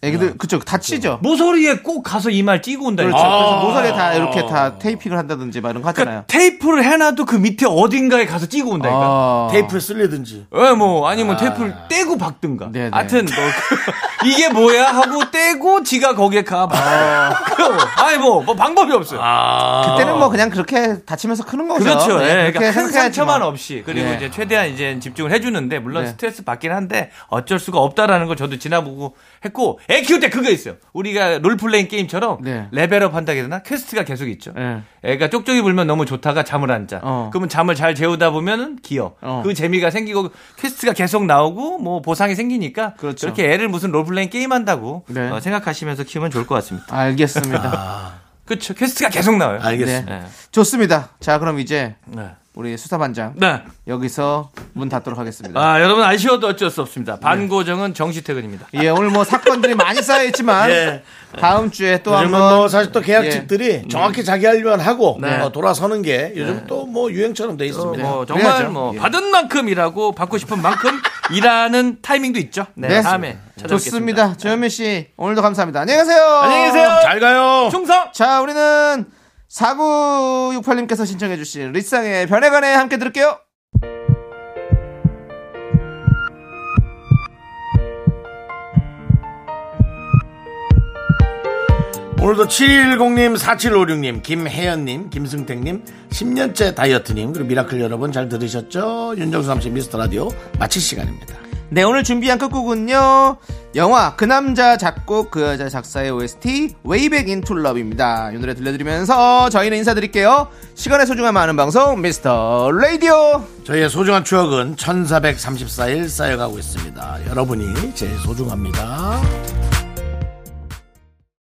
[SPEAKER 2] 애기,
[SPEAKER 7] 아.
[SPEAKER 2] 애기들 그쵸 다치죠.
[SPEAKER 7] 모서리에 꼭 가서 이말 찌고 온다.
[SPEAKER 2] 그렇죠.
[SPEAKER 7] 이거죠. 아.
[SPEAKER 2] 그래서 모서리에 다 이렇게 다 테이핑을 한다든지 막 이런 거
[SPEAKER 7] 그러니까
[SPEAKER 2] 하잖아요.
[SPEAKER 7] 테이프를 해놔도 그 밑에 어딘가에 가서 찌고 온다니까.
[SPEAKER 2] 아.
[SPEAKER 1] 테이프를 쓸리든지.
[SPEAKER 7] 예, 뭐 아니면 테이프를 떼고 박든가.
[SPEAKER 2] 네네.
[SPEAKER 7] 하여튼 뭐 그- 이게 뭐야 하고 떼고 지가 거기에 가. 아. 아니 뭐, 뭐 방법이 없어요.
[SPEAKER 2] 그때는
[SPEAKER 7] 아.
[SPEAKER 2] 뭐 그냥 그렇게 다치면서 크는 거죠.
[SPEAKER 7] 그렇죠.
[SPEAKER 2] 네, 그렇게
[SPEAKER 7] 예, 그러니까 큰
[SPEAKER 2] 생각해야지
[SPEAKER 7] 상처만
[SPEAKER 2] 뭐.
[SPEAKER 7] 없이 그리고
[SPEAKER 2] 예.
[SPEAKER 7] 이제 최대한 이제 집중을 해주는데 물론
[SPEAKER 2] 네.
[SPEAKER 7] 스트레스 받긴 한데 어쩔 수가 없다라는 걸 저도 지나보고 했고 애 키울 때 그거 있어요. 우리가 롤플레잉 게임처럼
[SPEAKER 2] 네.
[SPEAKER 7] 레벨업 한다 해야 되나 퀘스트가 계속 있죠.
[SPEAKER 2] 예.
[SPEAKER 7] 애가 쪽쪽이 불면 너무 좋다가 잠을 안 자.
[SPEAKER 2] 어.
[SPEAKER 7] 그러면 잠을 잘 재우다 보면은 기어.
[SPEAKER 2] 어.
[SPEAKER 7] 그 재미가 생기고 퀘스트가 계속 나오고 뭐 보상이 생기니까
[SPEAKER 2] 그렇죠.
[SPEAKER 7] 게 애를 무슨 롤플레잉 게임 한다고
[SPEAKER 2] 네.
[SPEAKER 7] 어, 생각하시면서 키우면 좋을 것 같습니다.
[SPEAKER 2] 알겠습니다.
[SPEAKER 7] 그렇죠. 퀘스트가 계속 나와요.
[SPEAKER 2] 네.
[SPEAKER 1] 알겠습니다.
[SPEAKER 2] 좋습니다. 자, 그럼 이제
[SPEAKER 7] 예. 네.
[SPEAKER 2] 우리 수사반장
[SPEAKER 7] 네.
[SPEAKER 2] 여기서 문 닫도록 하겠습니다.
[SPEAKER 7] 아, 여러분 아쉬워도 어쩔 수
[SPEAKER 2] 네.
[SPEAKER 7] 없습니다. 반고정은 정시 퇴근입니다.
[SPEAKER 2] 예, 오늘 뭐 사건들이 많이 쌓여 있지만
[SPEAKER 1] 예.
[SPEAKER 2] 다음 주에 또
[SPEAKER 1] 요즘은
[SPEAKER 2] 한번
[SPEAKER 1] 뭐 사실 또 계약직들이
[SPEAKER 7] 예.
[SPEAKER 1] 정확히 자기 할일만 하고
[SPEAKER 2] 네.
[SPEAKER 1] 어, 돌아서는 게
[SPEAKER 7] 네.
[SPEAKER 1] 요즘 또 뭐 유행처럼 돼 있습니다.
[SPEAKER 7] 뭐 정말
[SPEAKER 2] 그래야죠.
[SPEAKER 7] 뭐
[SPEAKER 2] 예.
[SPEAKER 7] 받은 만큼 일하고 받고 싶은 만큼 일하는 타이밍도 있죠. 네.
[SPEAKER 2] 네.
[SPEAKER 7] 다음에 찾아뵙겠습니다.
[SPEAKER 2] 좋습니다. 조현민 씨, 오늘도 감사합니다. 안녕히 가세요.
[SPEAKER 7] 어. 안녕히 계세요.
[SPEAKER 1] 잘 가요.
[SPEAKER 7] 충성.
[SPEAKER 2] 자, 우리는 4968님께서 신청해 주신 리쌍의 변해간에 함께 들을게요.
[SPEAKER 1] 오늘도 710님, 4756님, 김혜연님, 김승택님, 10년째 다이어트님, 그리고 미라클 여러분 잘 들으셨죠? 윤정수 남씨 미스터 라디오 마칠 시간입니다.
[SPEAKER 2] 네, 오늘 준비한 끝곡은요. 영화 그 남자 작곡 그 여자 작사의 OST 웨이백 인툴 러브입니다. 이 노래 들려드리면서 저희는 인사드릴게요. 시간의 소중함 아는 방송 미스터 라디오.
[SPEAKER 1] 저희의 소중한 추억은 1434일 쌓여가고 있습니다. 여러분이 제일 소중합니다.